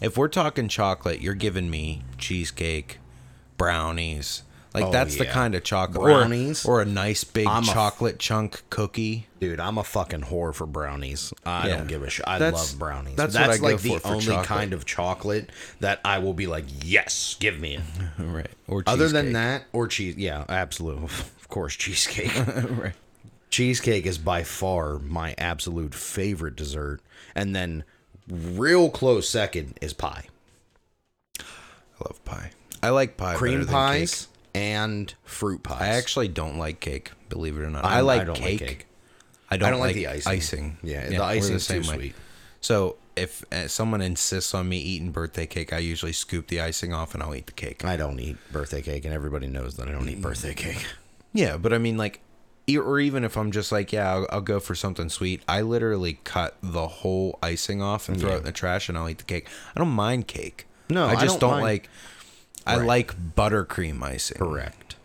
if we're talking chocolate, you're giving me cheesecake, brownies. Like
Oh,
that's the
yeah.
kind of chocolate or-
Brownies?
or, a nice big
I'm a-
chocolate chunk cookie.
Dude, I'm a fucking whore for brownies. I
Yeah.
don't give a shit. I
That's-
love brownies. That's,
that's what I go
like the
for for
only
chocolate.
kind of chocolate that I will be like, yes, give me it.
Right. Or cheesecake.
Other than that, or cheese. Yeah, absolutely. Of course, cheesecake.
right.
cheesecake is by far my absolute favorite dessert. And then, real close second is pie.
I love pie. I like pie. better
Cream
than cake.
pies and fruit pies.
I actually don't like cake. Believe it or not, I
I'm-
like
don't
cake.
cake.
I don't,
don't
like,
like the icing. Yeah, the
we're
icing's too sweet.
So if uh, someone insists on me eating birthday cake, I usually scoop the icing off and I'll eat the cake.
I don't eat birthday cake, and everybody knows that I don't eat birthday cake.
Yeah, but I mean, like, e- or even if I'm just like, yeah, I'll, I'll go for something sweet. I literally cut the whole icing off and throw it in the trash, and I'll eat the cake. I don't mind cake.
No,
I
I
just
don't
don't,
mind-
like. I like buttercream icing,
Correct.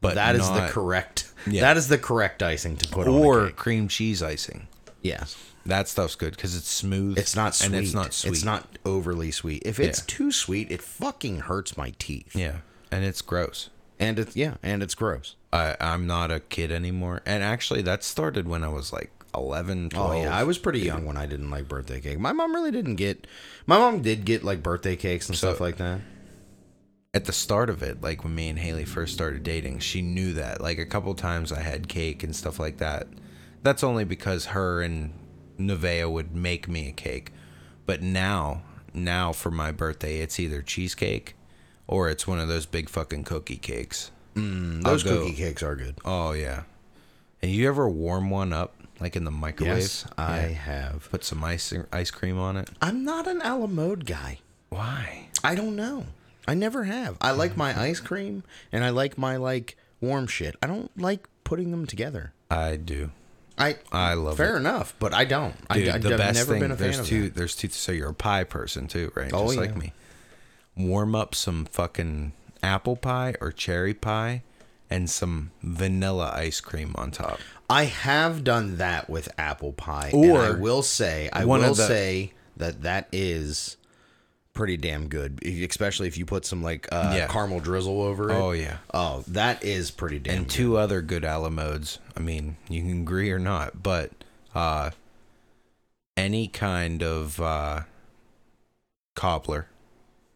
but
That is
not-
the correct.
Yeah.
That is the correct icing to put on a
or
cake.
cream cheese icing.
Yes.
That stuff's good because it's smooth.
It's not sweet.
and it's not sweet.
It's not overly sweet. If it's
Yeah.
too sweet, it fucking hurts my teeth.
Yeah, and it's gross.
And it's yeah, and it's gross.
I, I'm not a kid anymore. And actually, that started when I was like 11, 12.
Oh yeah, I was pretty young when I didn't like birthday cake. My mom really didn't get. My mom did get like birthday cakes and stuff like that.
At the start of it, like when me and Haley first started dating, she knew that. Like a couple times I had cake and stuff like that. That's only because her and Nevaeh would make me a cake. But now, now for my birthday, it's either cheesecake or it's one of those big fucking cookie cakes. I'll
Those
go-
cookie cakes are good.
Oh, yeah. And you ever warm one up, like in the microwave?
Yes, I
Yeah.
have.
Put some ice, ice cream on it.
I'm not an a la mode guy.
Why?
I don't know. I never have. I like my ice cream and I like my like warm shit. I don't like putting them together.
I do.
I
I love
fair
it.
enough, but I don't.
Dude,
I, have
the best
never
thing.
been a fan
there's
of
two.
that.
There's two. So you're a pie person too, right?
Oh,
Just like
yeah.
me. Warm up some fucking apple pie or cherry pie, and some vanilla ice cream on top.
I have done that with apple pie, and I
Or
will say, I
one
will
of the-
say that that is pretty damn good, e, especially if you put some like uh,
Yeah.
caramel drizzle over it.
Oh yeah.
Oh, that is pretty damn
And two other good ala modes. I mean, you can agree or not, but uh, any kind of uh, cobbler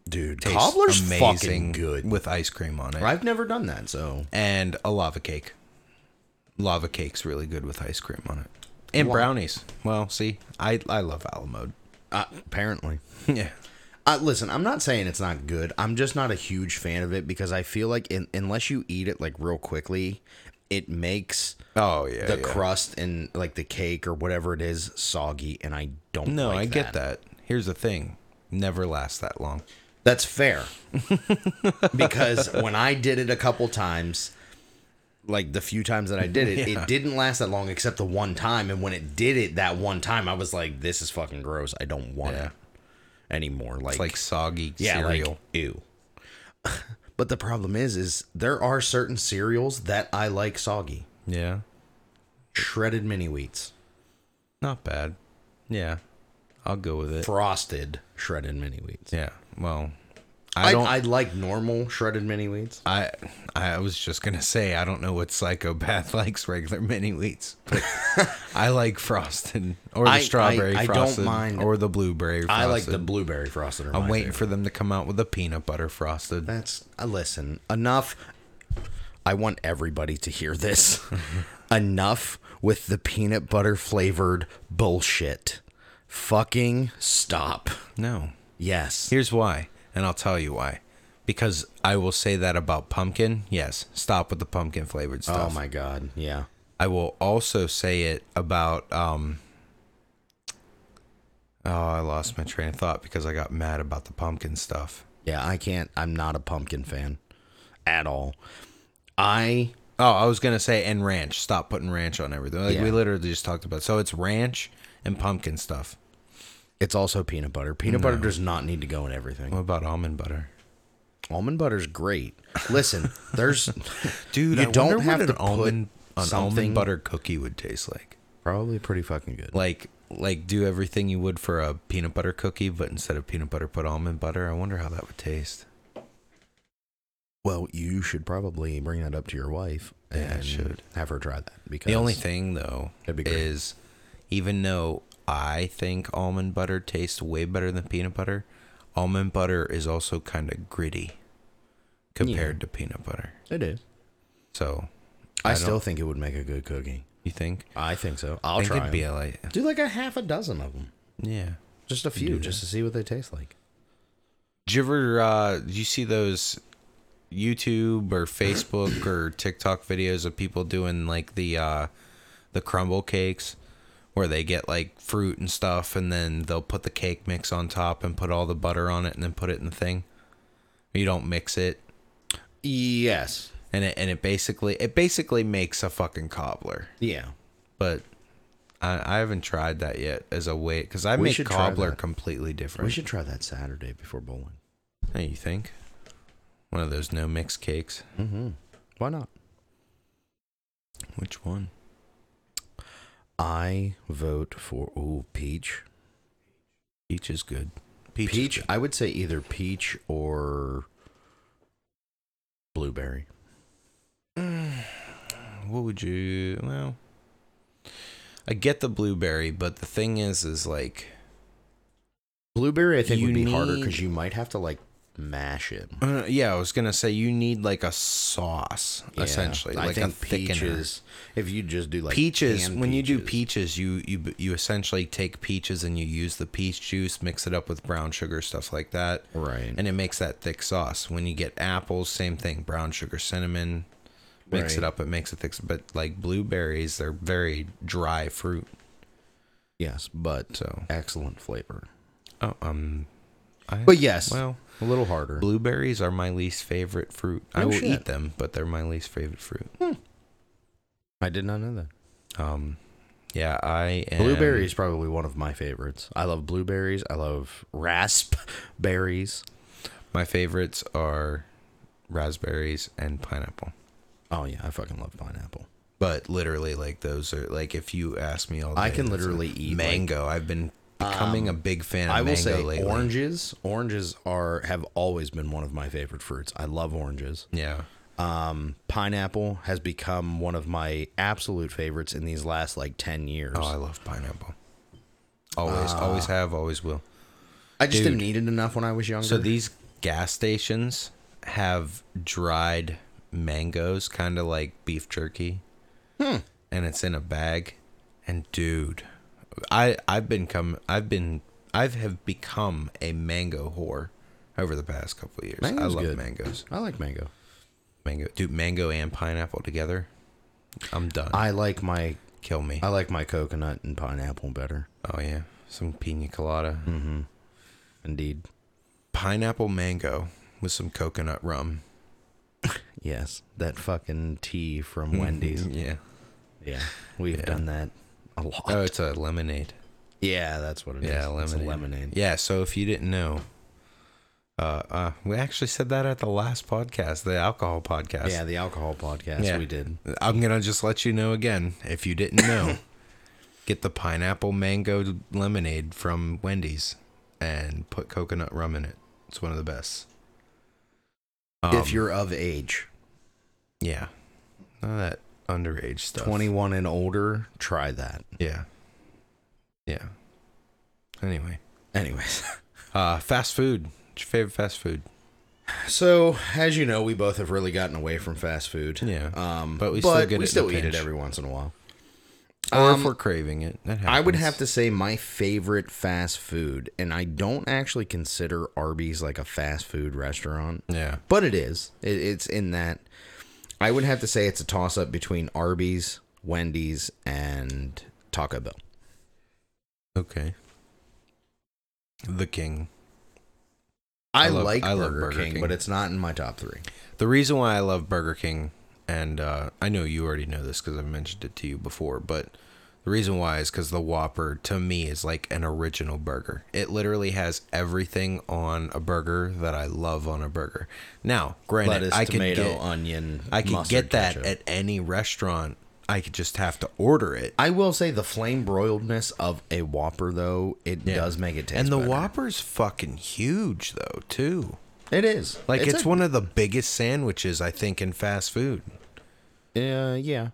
dude.
tastes
Cobbler's
amazing
fucking good.
with ice cream on it.
I've never done that, so
and a lava cake. Lava cake's really good with ice cream on it. And
Wow.
brownies. Well, see, I I love Alamode.
uh, apparently.
yeah.
Uh, listen, I'm not saying it's not good. I'm just not a huge fan of it because I feel like in, unless you eat it like real quickly, it makes
Oh yeah.
the
yeah.
crust and like the cake or whatever it is soggy, and I don't.
No,
like
I get that. Here's the thing. Never lasts that long.
That's fair because when I did it a couple times, like the few times that I did it, it didn't last that long except the one time. And when it did it that one time, I was like, "This is fucking gross. I don't want
Yeah.
it anymore." Like,
Like soggy cereal.
like, ew. but the problem is, is there are certain cereals that I like soggy.
yeah.
Shredded mini wheats,
Not bad. Yeah. I'll go with it.
frosted shredded mini wheats.
Yeah. Well, I
I,
don't
I, like normal shredded mini wheats.
I I was just gonna say I don't know what psychopath likes regular mini wheats, but I like frosted or the
I- I-
strawberry
I don't
frosted
mind-
or the blueberry. Frosted.
I like the blueberry frosted.
I'm waiting for them to come out with the peanut butter frosted.
That's uh, listen enough. I want everybody to hear this. enough with the peanut butter flavored bullshit. Fucking stop.
No,
Yes.
here's why, and I'll tell you why. Because I will say that about pumpkin. Yes, stop with the pumpkin flavored
Oh
stuff.
my god. Yeah.
I will also say it about um Oh, I lost my train of thought because I got mad about the pumpkin stuff.
Yeah, I can't. I'm not a pumpkin fan at all. I
Oh, I was gonna say and ranch. Stop putting ranch on everything. Like we
Yeah.
literally just talked about. So it's ranch and pumpkin stuff.
it's also peanut butter. Peanut butter does not need to go in everything.
What about almond butter?
Almond butter's great. Listen, there's
Dude,
You
I
don't
wonder
have
what
to
an almond
put
an
something-
almond butter cookie would taste like.
probably pretty fucking good.
Like like do everything you would for a peanut butter cookie, but instead of peanut butter put almond butter. I wonder how that would taste.
Well, you should probably bring that up to your wife
Yeah, I
and
should.
have her try that because
The only thing though
That'd be great.
is even though I think almond butter tastes way better than peanut butter, almond butter is also kind of gritty compared to peanut butter.
it is.
So
I,
don't-
still think it would make a good cookie.
You think?
I think so. I'll
I think
try.
it'd
'em.
be a like,
Do like a half a dozen of them,
yeah.
just a few, just to see what they taste like.
Did you ever? Uh, did you see those YouTube or Facebook or TikTok videos of people doing like the uh, the crumble cakes where they get like fruit and stuff and then they'll put the cake mix on top and put all the butter on it and then put it in the thing. You don't mix it
Yes.
and it and it basically it basically makes a fucking cobbler.
Yeah.
But I, I haven't tried that yet as a way because I
We
make
should try
cobbler
that.
completely different.
We should try that Saturday before bowling.
Hey, you think? One of those no mix cakes.
Mm-hmm. Why not?
Which one?
I vote for ooh peach.
Peach is good.
Peach.
Peach.
I would say either peach or blueberry.
What would you? Well, I get the blueberry, but the thing is, is like
Blueberry, I think,
You
would be harder 'cause harder
need-
because you might have to like mash it.
Uh, yeah, I was gonna say you need like a sauce
Yeah.
essentially, like a thickener.
peaches. If you just do like
Peaches.
canned
When you do
peaches.
peaches, you you you essentially take peaches and you use the peach juice, mix it up with brown sugar stuff like that,
right?
and it makes that thick sauce. When you get apples, same thing, brown sugar, cinnamon, mix it
Right.
up, it makes it thick. s- But like blueberries, they're very dry fruit.
yes, but
So-
excellent flavor.
Oh, um, I,
But yes,
well,
a little harder.
Blueberries are my least favorite fruit. I
No
will
Oh, shit.
eat them, but they're my least favorite fruit.
I did not know that.
Um, yeah, I am.
Blueberry is probably one of my favorites. I love blueberries. I love raspberries.
My favorites are raspberries and pineapple.
Oh yeah, I fucking love pineapple.
But literally, like those are like if you ask me all, day,
I can
it's like
literally eat, like- um,
mango. I've been becoming a big fan. of
I will
mango
say
lately.
oranges. Oranges are have always been one of my favorite fruits. I love oranges.
Yeah,
Um, pineapple has become one of my absolute favorites in these last like ten years.
oh, I love pineapple. Always,
Ah.
always have, always will.
I just didn't eat it enough when I was younger.
So these gas stations have dried mangoes, kind of like beef jerky,
Hmm.
and it's in a bag. And dude, I I've been come I've been I've have become a mango whore over the past couple of years. I
Mango's
love
good.
mangoes,
I like mango.
mango, dude, mango and pineapple together. I'm done.
I like my
Kill me.
I like my coconut and pineapple better.
oh yeah, some pina colada,
Hmm. Indeed.
pineapple mango with some coconut rum.
Yes. That fucking tea from Wendy's.
yeah.
Yeah. We've done that a lot.
Oh, it's a lemonade.
yeah, that's what it is.
Yeah,
It's a
lemonade.
lemonade.
Yeah, so if you didn't know, uh, uh, we actually said that at the last podcast, the alcohol podcast.
Yeah, the alcohol podcast
Yeah.
we did.
I'm gonna just let you know again. If you didn't know, get the pineapple mango lemonade from Wendy's and put coconut rum in it. It's one of the best. Um,
if you're of age,
Yeah, none of that underage stuff.
21 and older, try that.
Yeah, yeah. Anyway,
Anyways,
uh, fast food. What's your favorite fast food?
so as you know, we both have really gotten away from fast food.
Yeah,
Um,
but we still get it in a
still eat it
pinch.
every once in a while.
Or
Um,
if we're craving it, that happens.
I would have to say my favorite fast food, and I don't actually consider Arby's like a fast food restaurant,
Yeah.
but it is. It, it's in that. I would have to say it's a toss up between Arby's, Wendy's, and Taco Bell.
Okay. The King.
I,
love-
like
I love
Burger,
Burger
King,
King.
but it's not in my top three.
The reason why I love Burger King, and uh, I know you already know this because I've mentioned it to you before, but the reason why is because the Whopper to me is like an original burger. It literally has everything on a burger that I love on a burger. Now, granted,
Lettuce,
I could
tomato,
get,
onion.
I could
mustard,
get that
ketchup.
at any restaurant. I could just have to order it.
I will say the flame broiledness of a Whopper, though, it does make it taste.
and the
better.
Whopper's fucking huge though, too.
it is
Like it's,
a-
one of the biggest sandwiches I think in fast food.
Uh, yeah.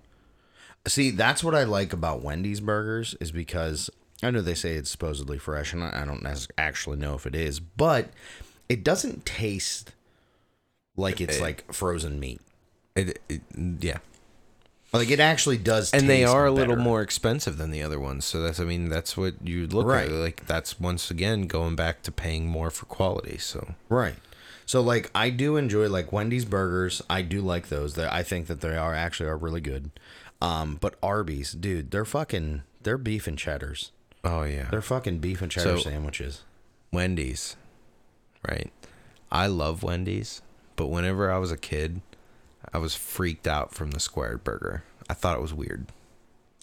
See, that's what I like about Wendy's burgers is because I know they say it's supposedly fresh, and I I don't nes- actually know if it is, but it doesn't taste like it's
Eh.
like frozen meat.
It, it yeah.
Like it actually does.
and they
taste
are a little
better.
more expensive than the other ones. So that's I mean that's what you look
Right.
at. Like that's once again going back to paying more for quality. So
Right. So like I do enjoy like Wendy's burgers. I do like those. That I think that they are actually are really good. Um, but Arby's, dude, they're fucking they're beef and cheddars.
Oh yeah.
They're fucking beef and cheddar
So-
sandwiches.
Wendy's, right? I love Wendy's, but whenever I was a kid, I was freaked out from the squared burger. I thought it was weird.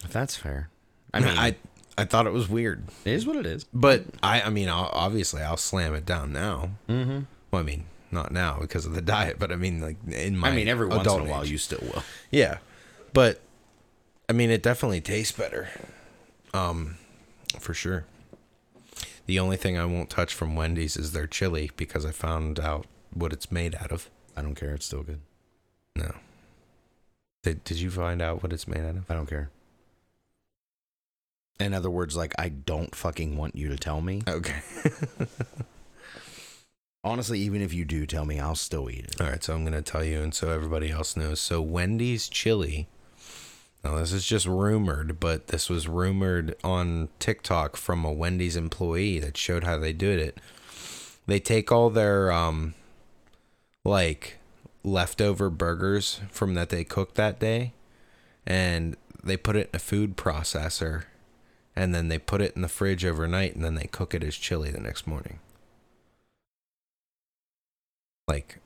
That's fair. I mean,
I I thought it was weird,
it is what it is.
but I I mean, I'll, obviously, I'll slam it down now. Mm-hmm. Well, I mean, not now because of the diet, but I mean, like in my
I mean, every once in
adult
a while,
age.
you still will.
Yeah. But I mean it definitely tastes better. Um for sure. The only thing I won't touch from Wendy's is their chili because I found out what it's made out of.
I don't care. It's still good.
No. Did, did you find out what it's made out of?
I don't care. In other words, like I don't fucking want you to tell me.
Okay.
Honestly, even if you do tell me, I'll still eat it.
All right, so I'm going to tell you and so everybody else knows. So Wendy's chili Now this is just rumored, but this was rumored on TikTok from a Wendy's employee that showed how they did it. They take all their um like leftover burgers from that they cooked that day and they put it in a food processor and then they put it in the fridge overnight and then they cook it as chili the next morning. Like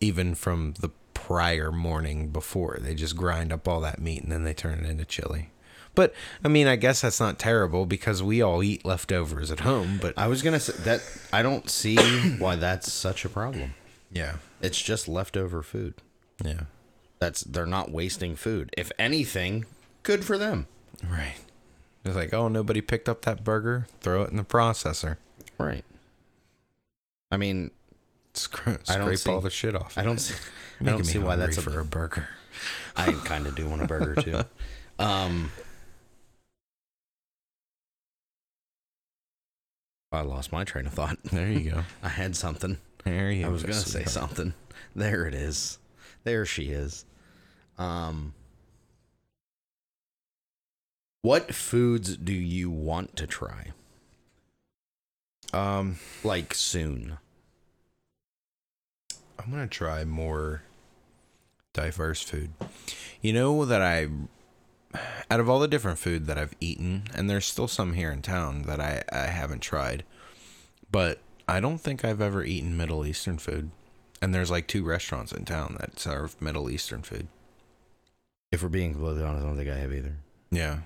even from the prior morning before. They just grind up all that meat and then they turn it into chili. But I mean, I guess that's not terrible because we all eat leftovers at home, but
I was gonna say that I don't see why that's such a problem.
yeah.
It's just leftover food.
Yeah.
That's they're not wasting food. If anything, good for them.
Right. It's like, oh, nobody picked up that burger. Throw it in the processor.
Right. I mean,
Scra-
I don't
scrape all
see-
the shit off.
I don't see. I
Making
don't
me
see why
hungry
that's a.
for a burger.
I kind of do want a burger too. Um. I lost my train of thought.
There you go.
I had something.
There you
I was
go,
gonna say
sweetheart.
something. There it is. There she is. Um, what foods do you want to try?
Um,
Like soon?
I'm gonna try more diverse food. You know that I, out of all the different food that I've eaten, and there's still some here in town that I I haven't tried, but I don't think I've ever eaten Middle Eastern food. And there's like two restaurants in town that serve Middle Eastern food.
If we're being completely honest, I don't think I have either.
Yeah,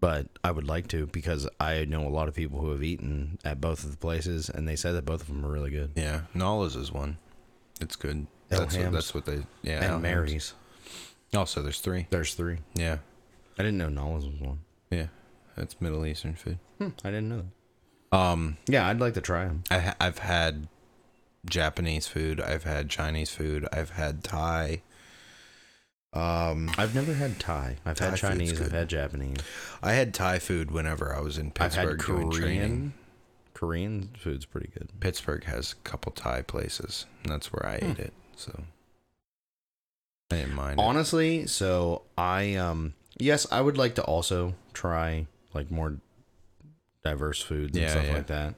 But I would like to because I know a lot of people who have eaten at both of the places, and they said that both of them are really good.
yeah. Nala's is one. It's good.
El
that's what,
Hams.
that's what they yeah. El
and
Hams.
Mary's.
Also, there's three.
There's three.
Yeah,
I didn't know Nala's was one.
yeah. That's Middle Eastern food.
Hmm, I didn't know
Um.
that. Yeah, I'd like to try them.
I ha- I've had Japanese food, I've had Chinese food, I've had Thai. Um,
I've never had Thai. I've
Thai
had
food's
Chinese. I've
good.
had Japanese.
I had Thai food whenever I was in
I've
Pittsburgh
had
doing training.
Korean. Korean food's pretty good.
Pittsburgh has a couple Thai places, and that's where I
Hmm.
ate it. So I didn't mind. it.
Honestly, so I um yes, I would like to also try like more diverse foods and
Yeah,
stuff
yeah.
like that.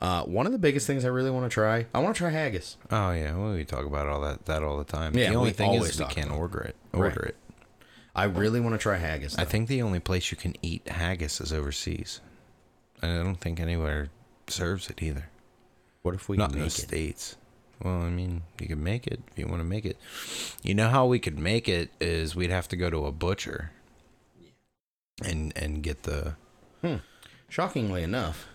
Uh, one of the biggest things I really want to try, I want to try haggis.
Oh yeah, well, we talk about all that that all the time.
Yeah,
the only
we
thing
always
is we
talk
can't
about it.
order it.
Right.
Order it.
I really want to try haggis.
I
though.
think the only place you can eat haggis is overseas, and I don't think anywhere serves it either.
What if we
not
make
in the
it?
states. Well, I mean, you could make it if you want to make it. You know how we could make it is we'd have to go to a butcher, and and get the
Shockingly enough,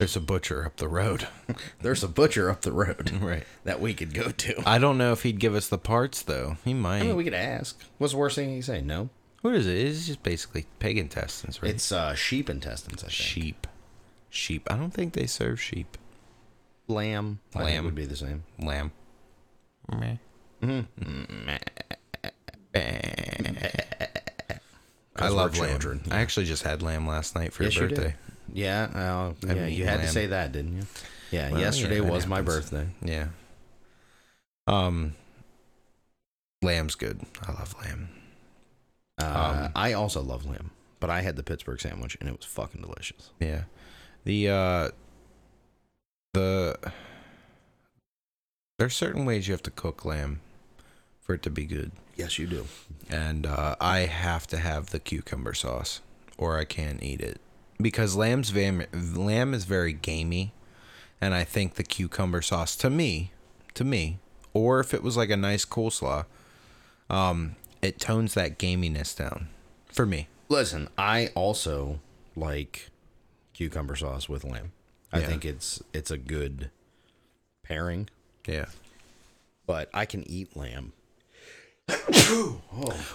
there's a butcher up the road,
there's a butcher up the road
right?
that we could go to.
I don't know if he'd give us the parts though. He might.
I mean, we could ask. What's the worst thing you can say? No,
what is it? It's just basically pig intestines, right?
it's uh, sheep intestines. I think.
sheep. Sheep. I don't think they serve sheep.
lamb. I think
Lamb.
would be the same. Mm-hmm.
Lamb. Meh. I
Because
love
we're
lamb.
children,
I actually just had lamb last night for
Yes,
your
you did.
birthday.
Yeah, uh,
I've
yeah. You
eaten
had to
lamb.
say that, didn't you? Yeah.
Well, yeah,
yesterday
it
was my
happens.
birthday.
Yeah. Um Lamb's good. I love lamb.
Uh, I also love lamb, but I had the Pittsburgh sandwich and it was fucking delicious.
Yeah. The uh the there's certain ways you have to cook lamb for it to be good.
Yes, you do.
And uh, I have to have the cucumber sauce, or I can't eat it because lamb's vam- lamb is very gamey, and I think the cucumber sauce to me, to me, or if it was like a nice coleslaw, um, it tones that gaminess down for me.
Listen, I also like cucumber sauce with lamb. I
Yeah.
think it's it's a good pairing,
Yeah.
but I can eat lamb.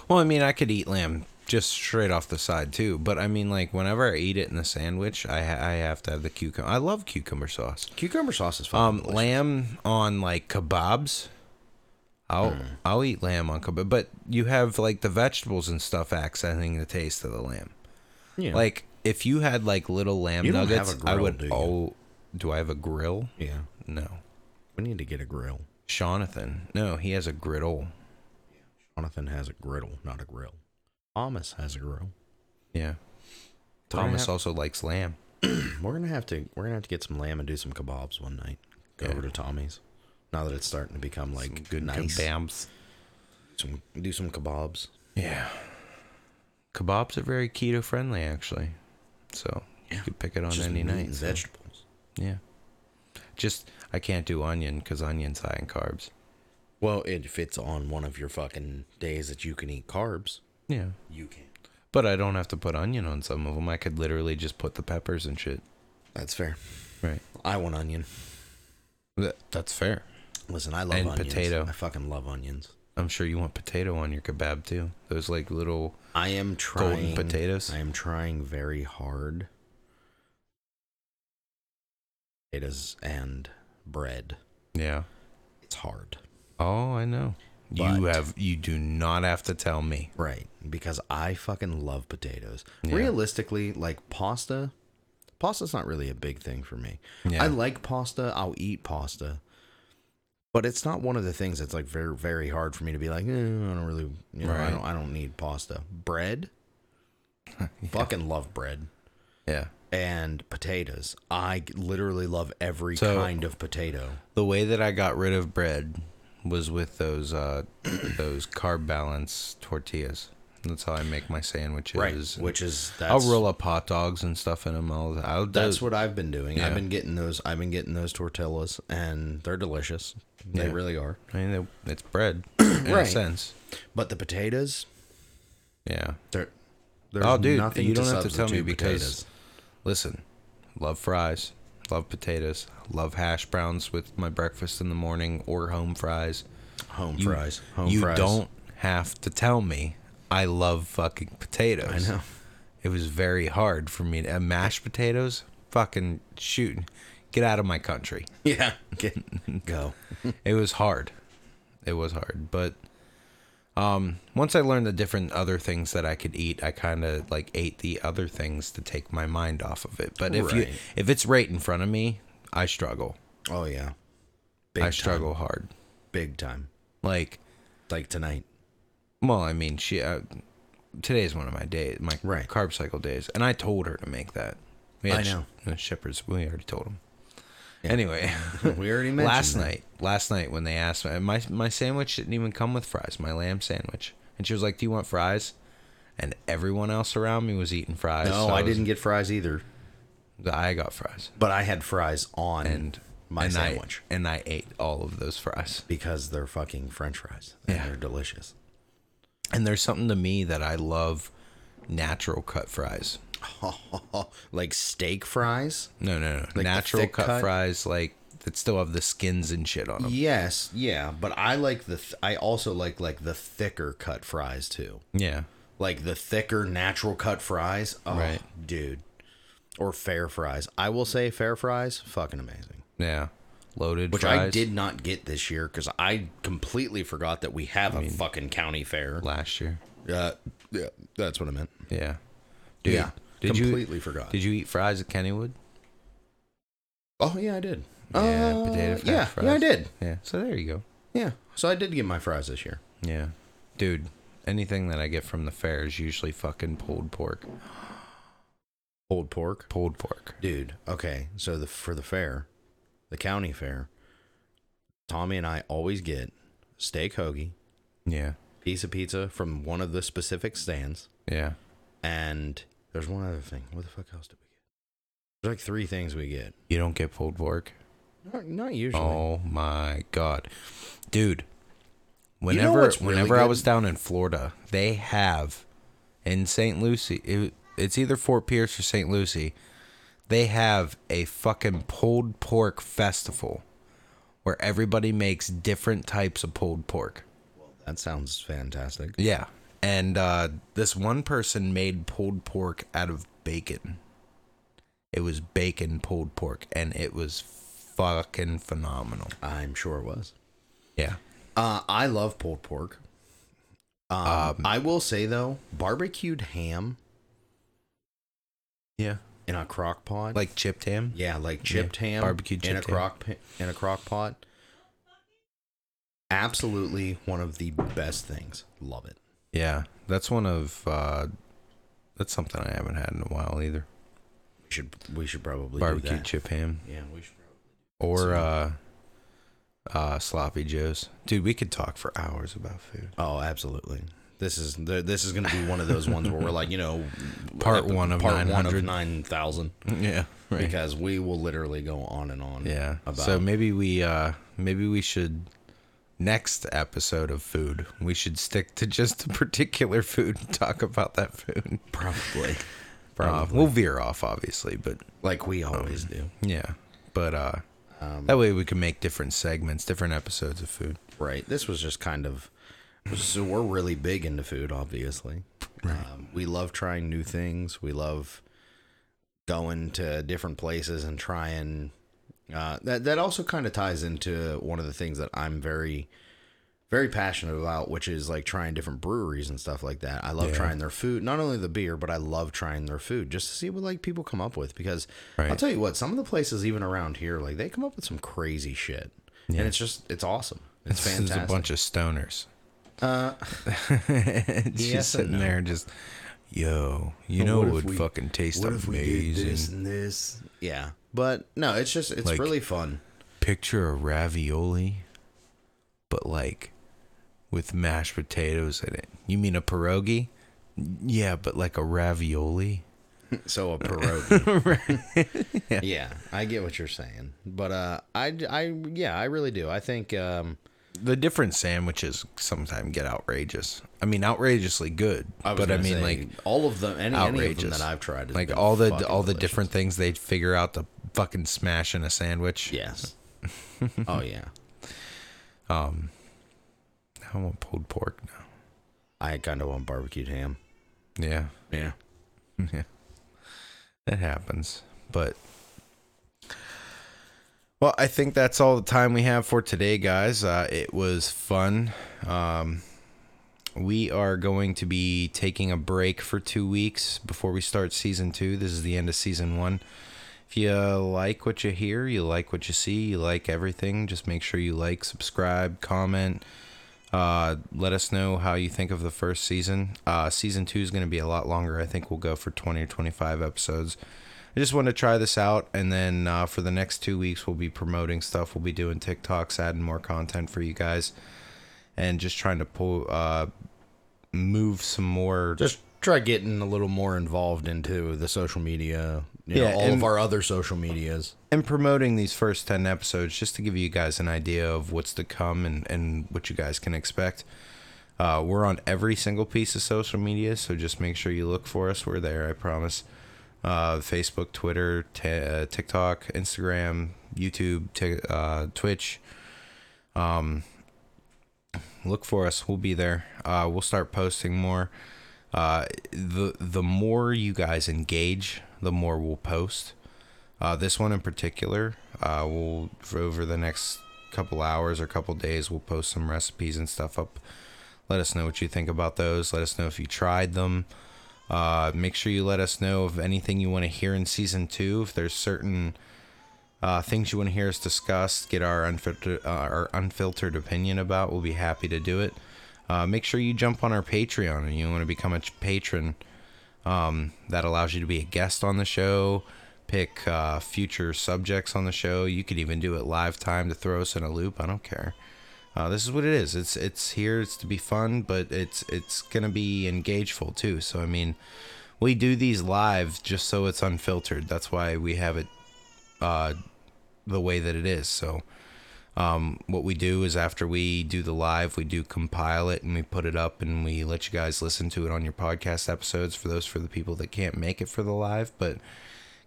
Well, I mean, I could eat lamb just straight off the side too, but I mean, like whenever I eat it in a sandwich, I ha- I have to have the cucumber. I love cucumber sauce.
Cucumber sauce is fine.
Um, lamb on like kebabs. I'll
Hmm.
I'll eat lamb on kebab, but you have like the vegetables and stuff accenting the taste of the lamb.
yeah.
Like if you had like little lamb
You don't have
nuggets,
a grill,
I would.
do you?
oh, do I have a grill?
yeah,
No,
we need to get a grill.
Jonathan. No, he has a griddle.
Jonathan has a griddle, not a grill. Thomas has a grill.
Yeah.
We're gonna
Thomas
have-
also likes lamb.
We're gonna have to we're gonna have to get some lamb and do some kebabs one night. Go over to Tommy's. Now that it's starting to become like good nice,
kebabs.
some, do some kebabs.
Yeah. Kebabs are very keto friendly, actually. So you could pick it on
Just
any
meat
night.
and
so-
vegetables.
Yeah. Just I can't do onion because onion's high in carbs.
Well, if it's on one of your fucking days that you can eat carbs,
Yeah.
you can.
But I don't have to put onion on some of them. I could literally just put the peppers and shit.
That's fair.
Right.
I want onion.
Th- That's fair.
Listen, I love
And
onions.
potato.
I fucking love onions.
I'm sure you want potato on your kebab too. Those like little
I am trying
potatoes?
I am trying very hard. Potatoes and bread.
yeah.
It's hard.
Oh, I know. you
But-
have you do not have to tell me.
Right, because I fucking love potatoes.
Yeah.
Realistically, like pasta, pasta's not really a big thing for me.
Yeah.
I like pasta, I'll eat pasta. But it's not one of the things that's like very very hard for me to be like, eh, I don't really, you know, I
Right.
don't I don't need pasta. Bread? Fucking love bread
Yeah.
and potatoes. I literally love every
So-
kind of potato.
The way that I got rid of bread was with those uh those carb balance tortillas. That's how I make my sandwiches. and-
Which is that's
I'll roll up hot dogs and stuff in them. I'll, I'll
That's
do,
what I've been doing. I've
Yeah.
been getting those. I've been getting those tortillas, and they're delicious. They
Yeah.
really are.
I mean, they- it's bread in a
Right.
sense.
But the potatoes,
Yeah.
they're there's
oh, dude,
nothing
you
to
don't have to tell me
substitute
because
potatoes.
listen, love fries, love potatoes, love hash browns with my breakfast in the morning or home fries.
home
You-
fries, home
you
fries.
don't have to tell me. I love fucking potatoes.
I know.
It was very hard for me to uh, mashed potatoes. Fucking shoot, get out of my country.
Yeah, Get- go.
It was hard. It was hard, but um, once I learned the different other things that I could eat, I kind of like ate the other things to take my mind off of it. But if you
Right.
if it's right in front of me, I struggle.
Oh yeah, big
I
time,
struggle hard.
big time.
Like,
Like tonight,
well, I mean, she. Uh, today's one of my days, my
Right.
carb cycle days, and I told her to make that. We had
I
sh-
know.
uh, Shepherd's. We already told him. Anyway,
we already mentioned
last
that.
night last night when they asked me my my sandwich didn't even come with fries my lamb sandwich and she was like do you want fries and everyone else around me was eating fries
No,
so
I
was-
didn't get fries either,
i got fries
but I had fries on
and
my
and I-
sandwich
and i ate all of those fries
because they're fucking French fries. And
Yeah.
they're delicious.
and there's something to me that i love natural cut fries
like steak fries.
no no no
the
natural
thick
cut,
cut?
fries like that still have the skins and shit on them
Yes, yeah, but I like the. Th- I also like like the thicker cut fries too,
yeah
like the thicker natural cut fries. Oh,
Right.
dude, or fair fries. I will say fair fries, fucking amazing.
yeah loaded
Which
fries
I did not get this year because I completely forgot that we have a fucking county fair.
last year
Uh, yeah, that's what I meant.
yeah Dude,
yeah,
did you-
completely forgot.
did you eat fries at kennywood
oh yeah, I did.
Yeah,
Uh,
potato french
yeah,
fries.
yeah, I did.
Yeah. So there you go.
Yeah, so I did get my fries this year.
Yeah. Dude, anything that I get from the fair is usually fucking pulled pork.
Pulled pork.
Pulled pork.
Dude, okay. So the for the fair, the county fair, Tommy and I always get steak hoagie,
Yeah.
piece of pizza from one of the specific stands.
Yeah.
And there's one other thing. What the fuck else did we get? There's like three things we get.
You don't get pulled pork.
Not, not usually.
Oh my god, dude!
know
Whenever
what's really
whenever I
good?
was down in Florida, they have in St. Lucie. It, it's either Fort Pierce or St. Lucie. They have a fucking pulled pork festival where everybody makes different types of pulled pork.
That sounds fantastic.
Yeah, and uh, this one person made pulled pork out of bacon. It was bacon pulled pork, and it was fucking phenomenal.
I'm sure it was.
Yeah.
Uh, I love pulled pork. Um, I will say though, barbecued ham
Yeah.
in a crock pot,
Like chipped ham?
yeah, like chipped
Yeah,
ham,
barbecued
in a
chipped ham.
crock pa- in a crock pot. Absolutely, one of the best things. Love it.
Yeah. That's one of uh that's something I haven't had in a while either.
We should we should probably do
Barbecue
that.
chip ham.
Yeah, we should.
Or uh uh sloppy joes. Dude, we could talk for hours about food.
Oh, absolutely. This is th- this is going to be one of those ones where we're like, you know,
Part
epi-
one of
part one of
900.
nine thousand
Yeah. Right.
because we will literally go on and on.
yeah.
about
So maybe we uh maybe we should next episode of food, we should stick to just a particular food and talk about that food.
probably
Uh, we'll veer off obviously, but
like we always
Oh.
do.
yeah. But uh
Um,
that way we can make different segments, different episodes of food.
Right. This was just kind of so we're really big into food, obviously. Um, we love trying new things. We love going to different places and trying. Uh, that that also kind of ties into one of the things that I'm very, very passionate about, which is like trying different breweries and stuff like that. I love trying their food, not only the beer, but I love trying their food just to see what like people come up with. Because I'll
Right.
tell you what, some of the places even around here, like they come up with some crazy shit, and it's just it's awesome. It's
This is
fantastic.
a bunch of stoners. Uh, it's
yes
just
and
sitting there, and just yo, you know
what
what
if
would
we-
fucking taste amazing?
and this? Yeah, but no, it's just it's
Like-
really fun.
Picture a ravioli, but like with mashed potatoes in it. You mean a pierogi? Yeah, but like a ravioli.
So a pierogi. yeah. I get what you're saying, but uh, I, I yeah, I really do. I think um,
The different sandwiches sometimes get outrageous. I mean, outrageously good,
I was
but I
gonna
mean,
say,
like
all of them, any, any of them
outrageous
that I've tried, has
like
been
all the
fucking
all the
delicious.
different things they figure out to fucking smash in a sandwich.
Yes. oh yeah,
I want pulled pork now.
I kind of want barbecued ham.
Yeah,
Yeah.
yeah, that happens. But well, I think that's all the time we have for today, guys. Uh, it was fun. Um, we are going to be taking a break for two weeks before we start season two. This is the end of season one. If you like what you hear, you like what you see, you like everything, just make sure you like, subscribe, comment. Uh, let us know how you think of the first season. Uh, season two is going to be a lot longer. I think we'll go for 20 or 25 episodes. I just want to try this out, and then uh, for the next two weeks, we'll be promoting stuff. We'll be doing TikToks, adding more content for you guys, and just trying to pull, uh, move some more.
Just try getting a little more involved into the social media. You
Yeah,
know, all
and-
of our other social medias.
and promoting these first 10 episodes just to give you guys an idea of what's to come and, and what you guys can expect. Uh, we're on every single piece of social media, so just make sure you look for us. We're there, I promise. Uh, Facebook, Twitter, t- uh, TikTok, Instagram, YouTube, t- uh, Twitch. Um, look for us. We'll be there. Uh, we'll start posting more. Uh, the the more you guys engage, the more we'll post. Uh, this one in particular, uh, we'll for over the next couple hours or couple days, we'll post some recipes and stuff up. Let us know what you think about those. Let us know if you tried them. Uh, make sure you let us know of anything you want to hear in season two. If there's certain uh, things you want to hear us discuss, get our unfiltered, uh, our unfiltered opinion about, we'll be happy to do it. Uh, make sure you jump on our Patreon and you want to become a patron that allows you to be a guest on the show pick uh, future subjects on the show you could even do it live time to throw us in a loop i don't care Uh, this is what it is. It's it's here. It's to be fun, but it's it's gonna be engageful too. So I mean, we do these live just so it's unfiltered. That's why we have it uh, the way that it is. So um, what we do is after we do the live, we do compile it and we put it up and we let you guys listen to it on your podcast episodes for those for the people that can't make it for the live. But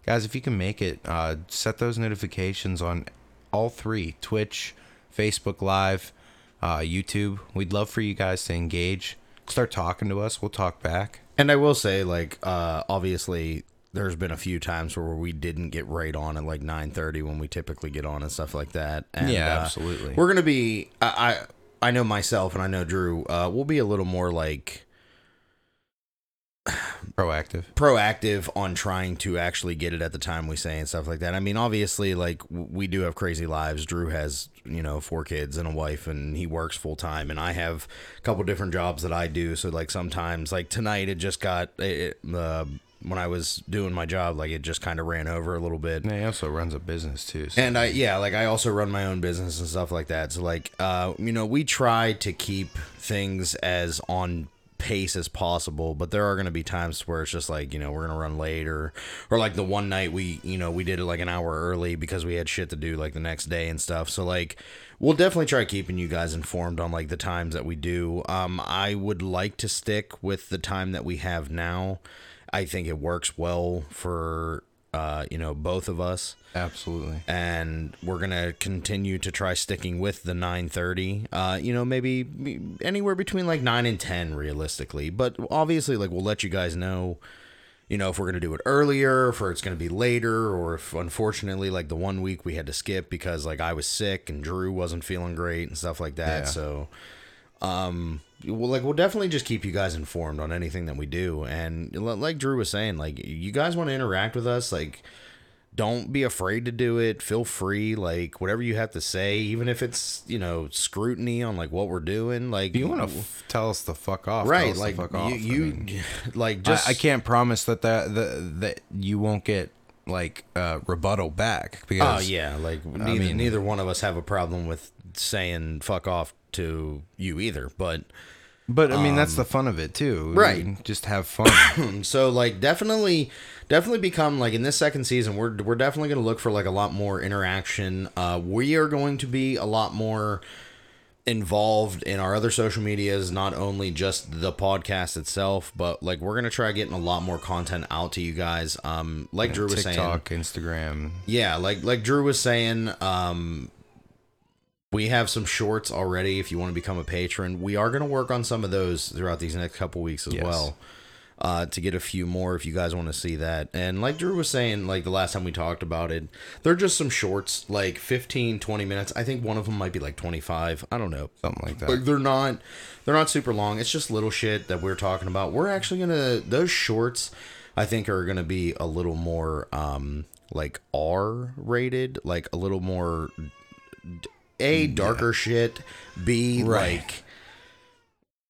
guys, if you can make it, uh, set those notifications on all three Twitch, Facebook Live, uh, YouTube. We'd love for you guys to engage. Start talking to us. We'll talk back.
And I will say, like, uh, obviously, there's been a few times where we didn't get right on at like 9:30 when we typically get on and stuff like that. And,
Yeah,
uh,
absolutely.
We're gonna be. I, I I know myself, and I know Drew. Uh, we'll be a little more like
Proactive.
proactive on trying to actually get it at the time we say and stuff like that. I mean, obviously, like w- we do have crazy lives. Drew has, you know, four kids and a wife, and he works full time, and I have a couple different jobs that I do. So, like sometimes, like tonight, it just got it, it, uh, when I was doing my job, like it just kind of ran over a little bit.
And he also runs a business too. So.
And I yeah, like I also run my own business and stuff like that. So like uh, you know, we try to keep things as on pace as possible, but there are gonna be times where it's just like, you know, we're gonna run late or or like the one night we you know, we did it like an hour early because we had shit to do like the next day and stuff. So like we'll definitely try keeping you guys informed on like the times that we do. Um I would like to stick with the time that we have now. I think it works well for uh, you know, both of us
Absolutely.
and we're gonna continue to try sticking with the 9:30. Uh, you know, maybe m- anywhere between like nine and ten, realistically. But obviously, like we'll let you guys know. You know, if we're gonna do it earlier, if it's gonna be later, or if unfortunately, like the one week we had to skip because like I was sick and Drew wasn't feeling great and stuff like
Yeah.
that. So, um, well, like we'll definitely just keep you guys informed on anything that we do, and l- like Drew was saying, like you guys want to interact with us, like don't be afraid to do it. Feel free, like whatever you have to say, even if it's you know scrutiny on like what we're doing, like
If you want to f- tell us the fuck off, tell
right,
us
like
the fuck off.
you,
I
you
mean,
like
I,
just
I can't promise that that that, that you won't get like uh, rebuttal back
Oh
because
yeah, like neither, neither one of us have a problem with saying fuck off to you either, but.
But I mean, that's the fun of it too. I
Um, right.
mean, just have fun.
So like definitely definitely become like in this second season we're we're definitely going to look for like a lot more interaction. Uh we are going to be a lot more involved in our other social medias not only just the podcast itself but like we're going to try getting a lot more content out to you guys um like Drew was saying
TikTok, Instagram.
yeah, like like Drew was saying, um we have some shorts already if you want to become a patron. We are going to work on some of those throughout these next couple weeks as
Yes.
well. Uh, to get a few more if you guys want to see that. And like Drew was saying like the last time we talked about it, they're just some shorts like 15 20 minutes. I think one of them might be like 25. I don't know.
Something like that.
Like they're not they're not super long. It's just little shit that we're talking about. We're actually gonna those shorts I think are gonna be a little more um like R rated, like a little more d- A darker shit, B
Right.
like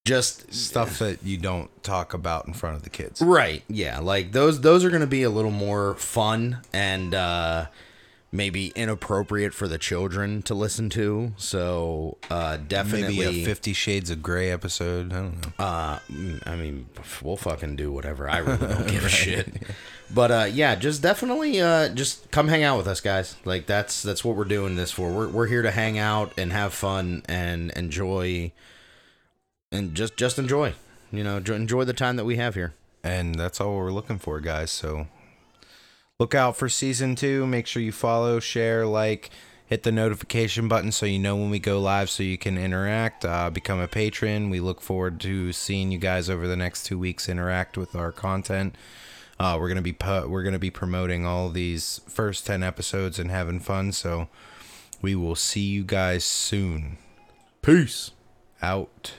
just
Stuff that you don't talk about in front of the kids.
Right. Yeah. Like those those are gonna be a little more fun and uh maybe inappropriate for the children to listen to. So uh definitely
Maybe a Fifty Shades of Grey episode. I don't know.
Uh, mm, I mean, f- we'll fucking do whatever. I really don't give a shit. But uh, yeah, just definitely, uh, just come hang out with us, guys. Like that's that's what we're doing this for. We're we're here to hang out and have fun and enjoy, and just just enjoy. You know, jo- enjoy the time that we have here.
And that's all we're looking for, guys. So look out for season two. Make sure you follow, share, like, hit the notification button so you know when we go live so you can interact, uh, become a patron. We look forward to seeing you guys over the next two weeks interact with our content. Uh, we're gonna be pu- we're gonna be promoting all these first ten episodes and having fun. So we will see you guys soon.
Peace.
Out.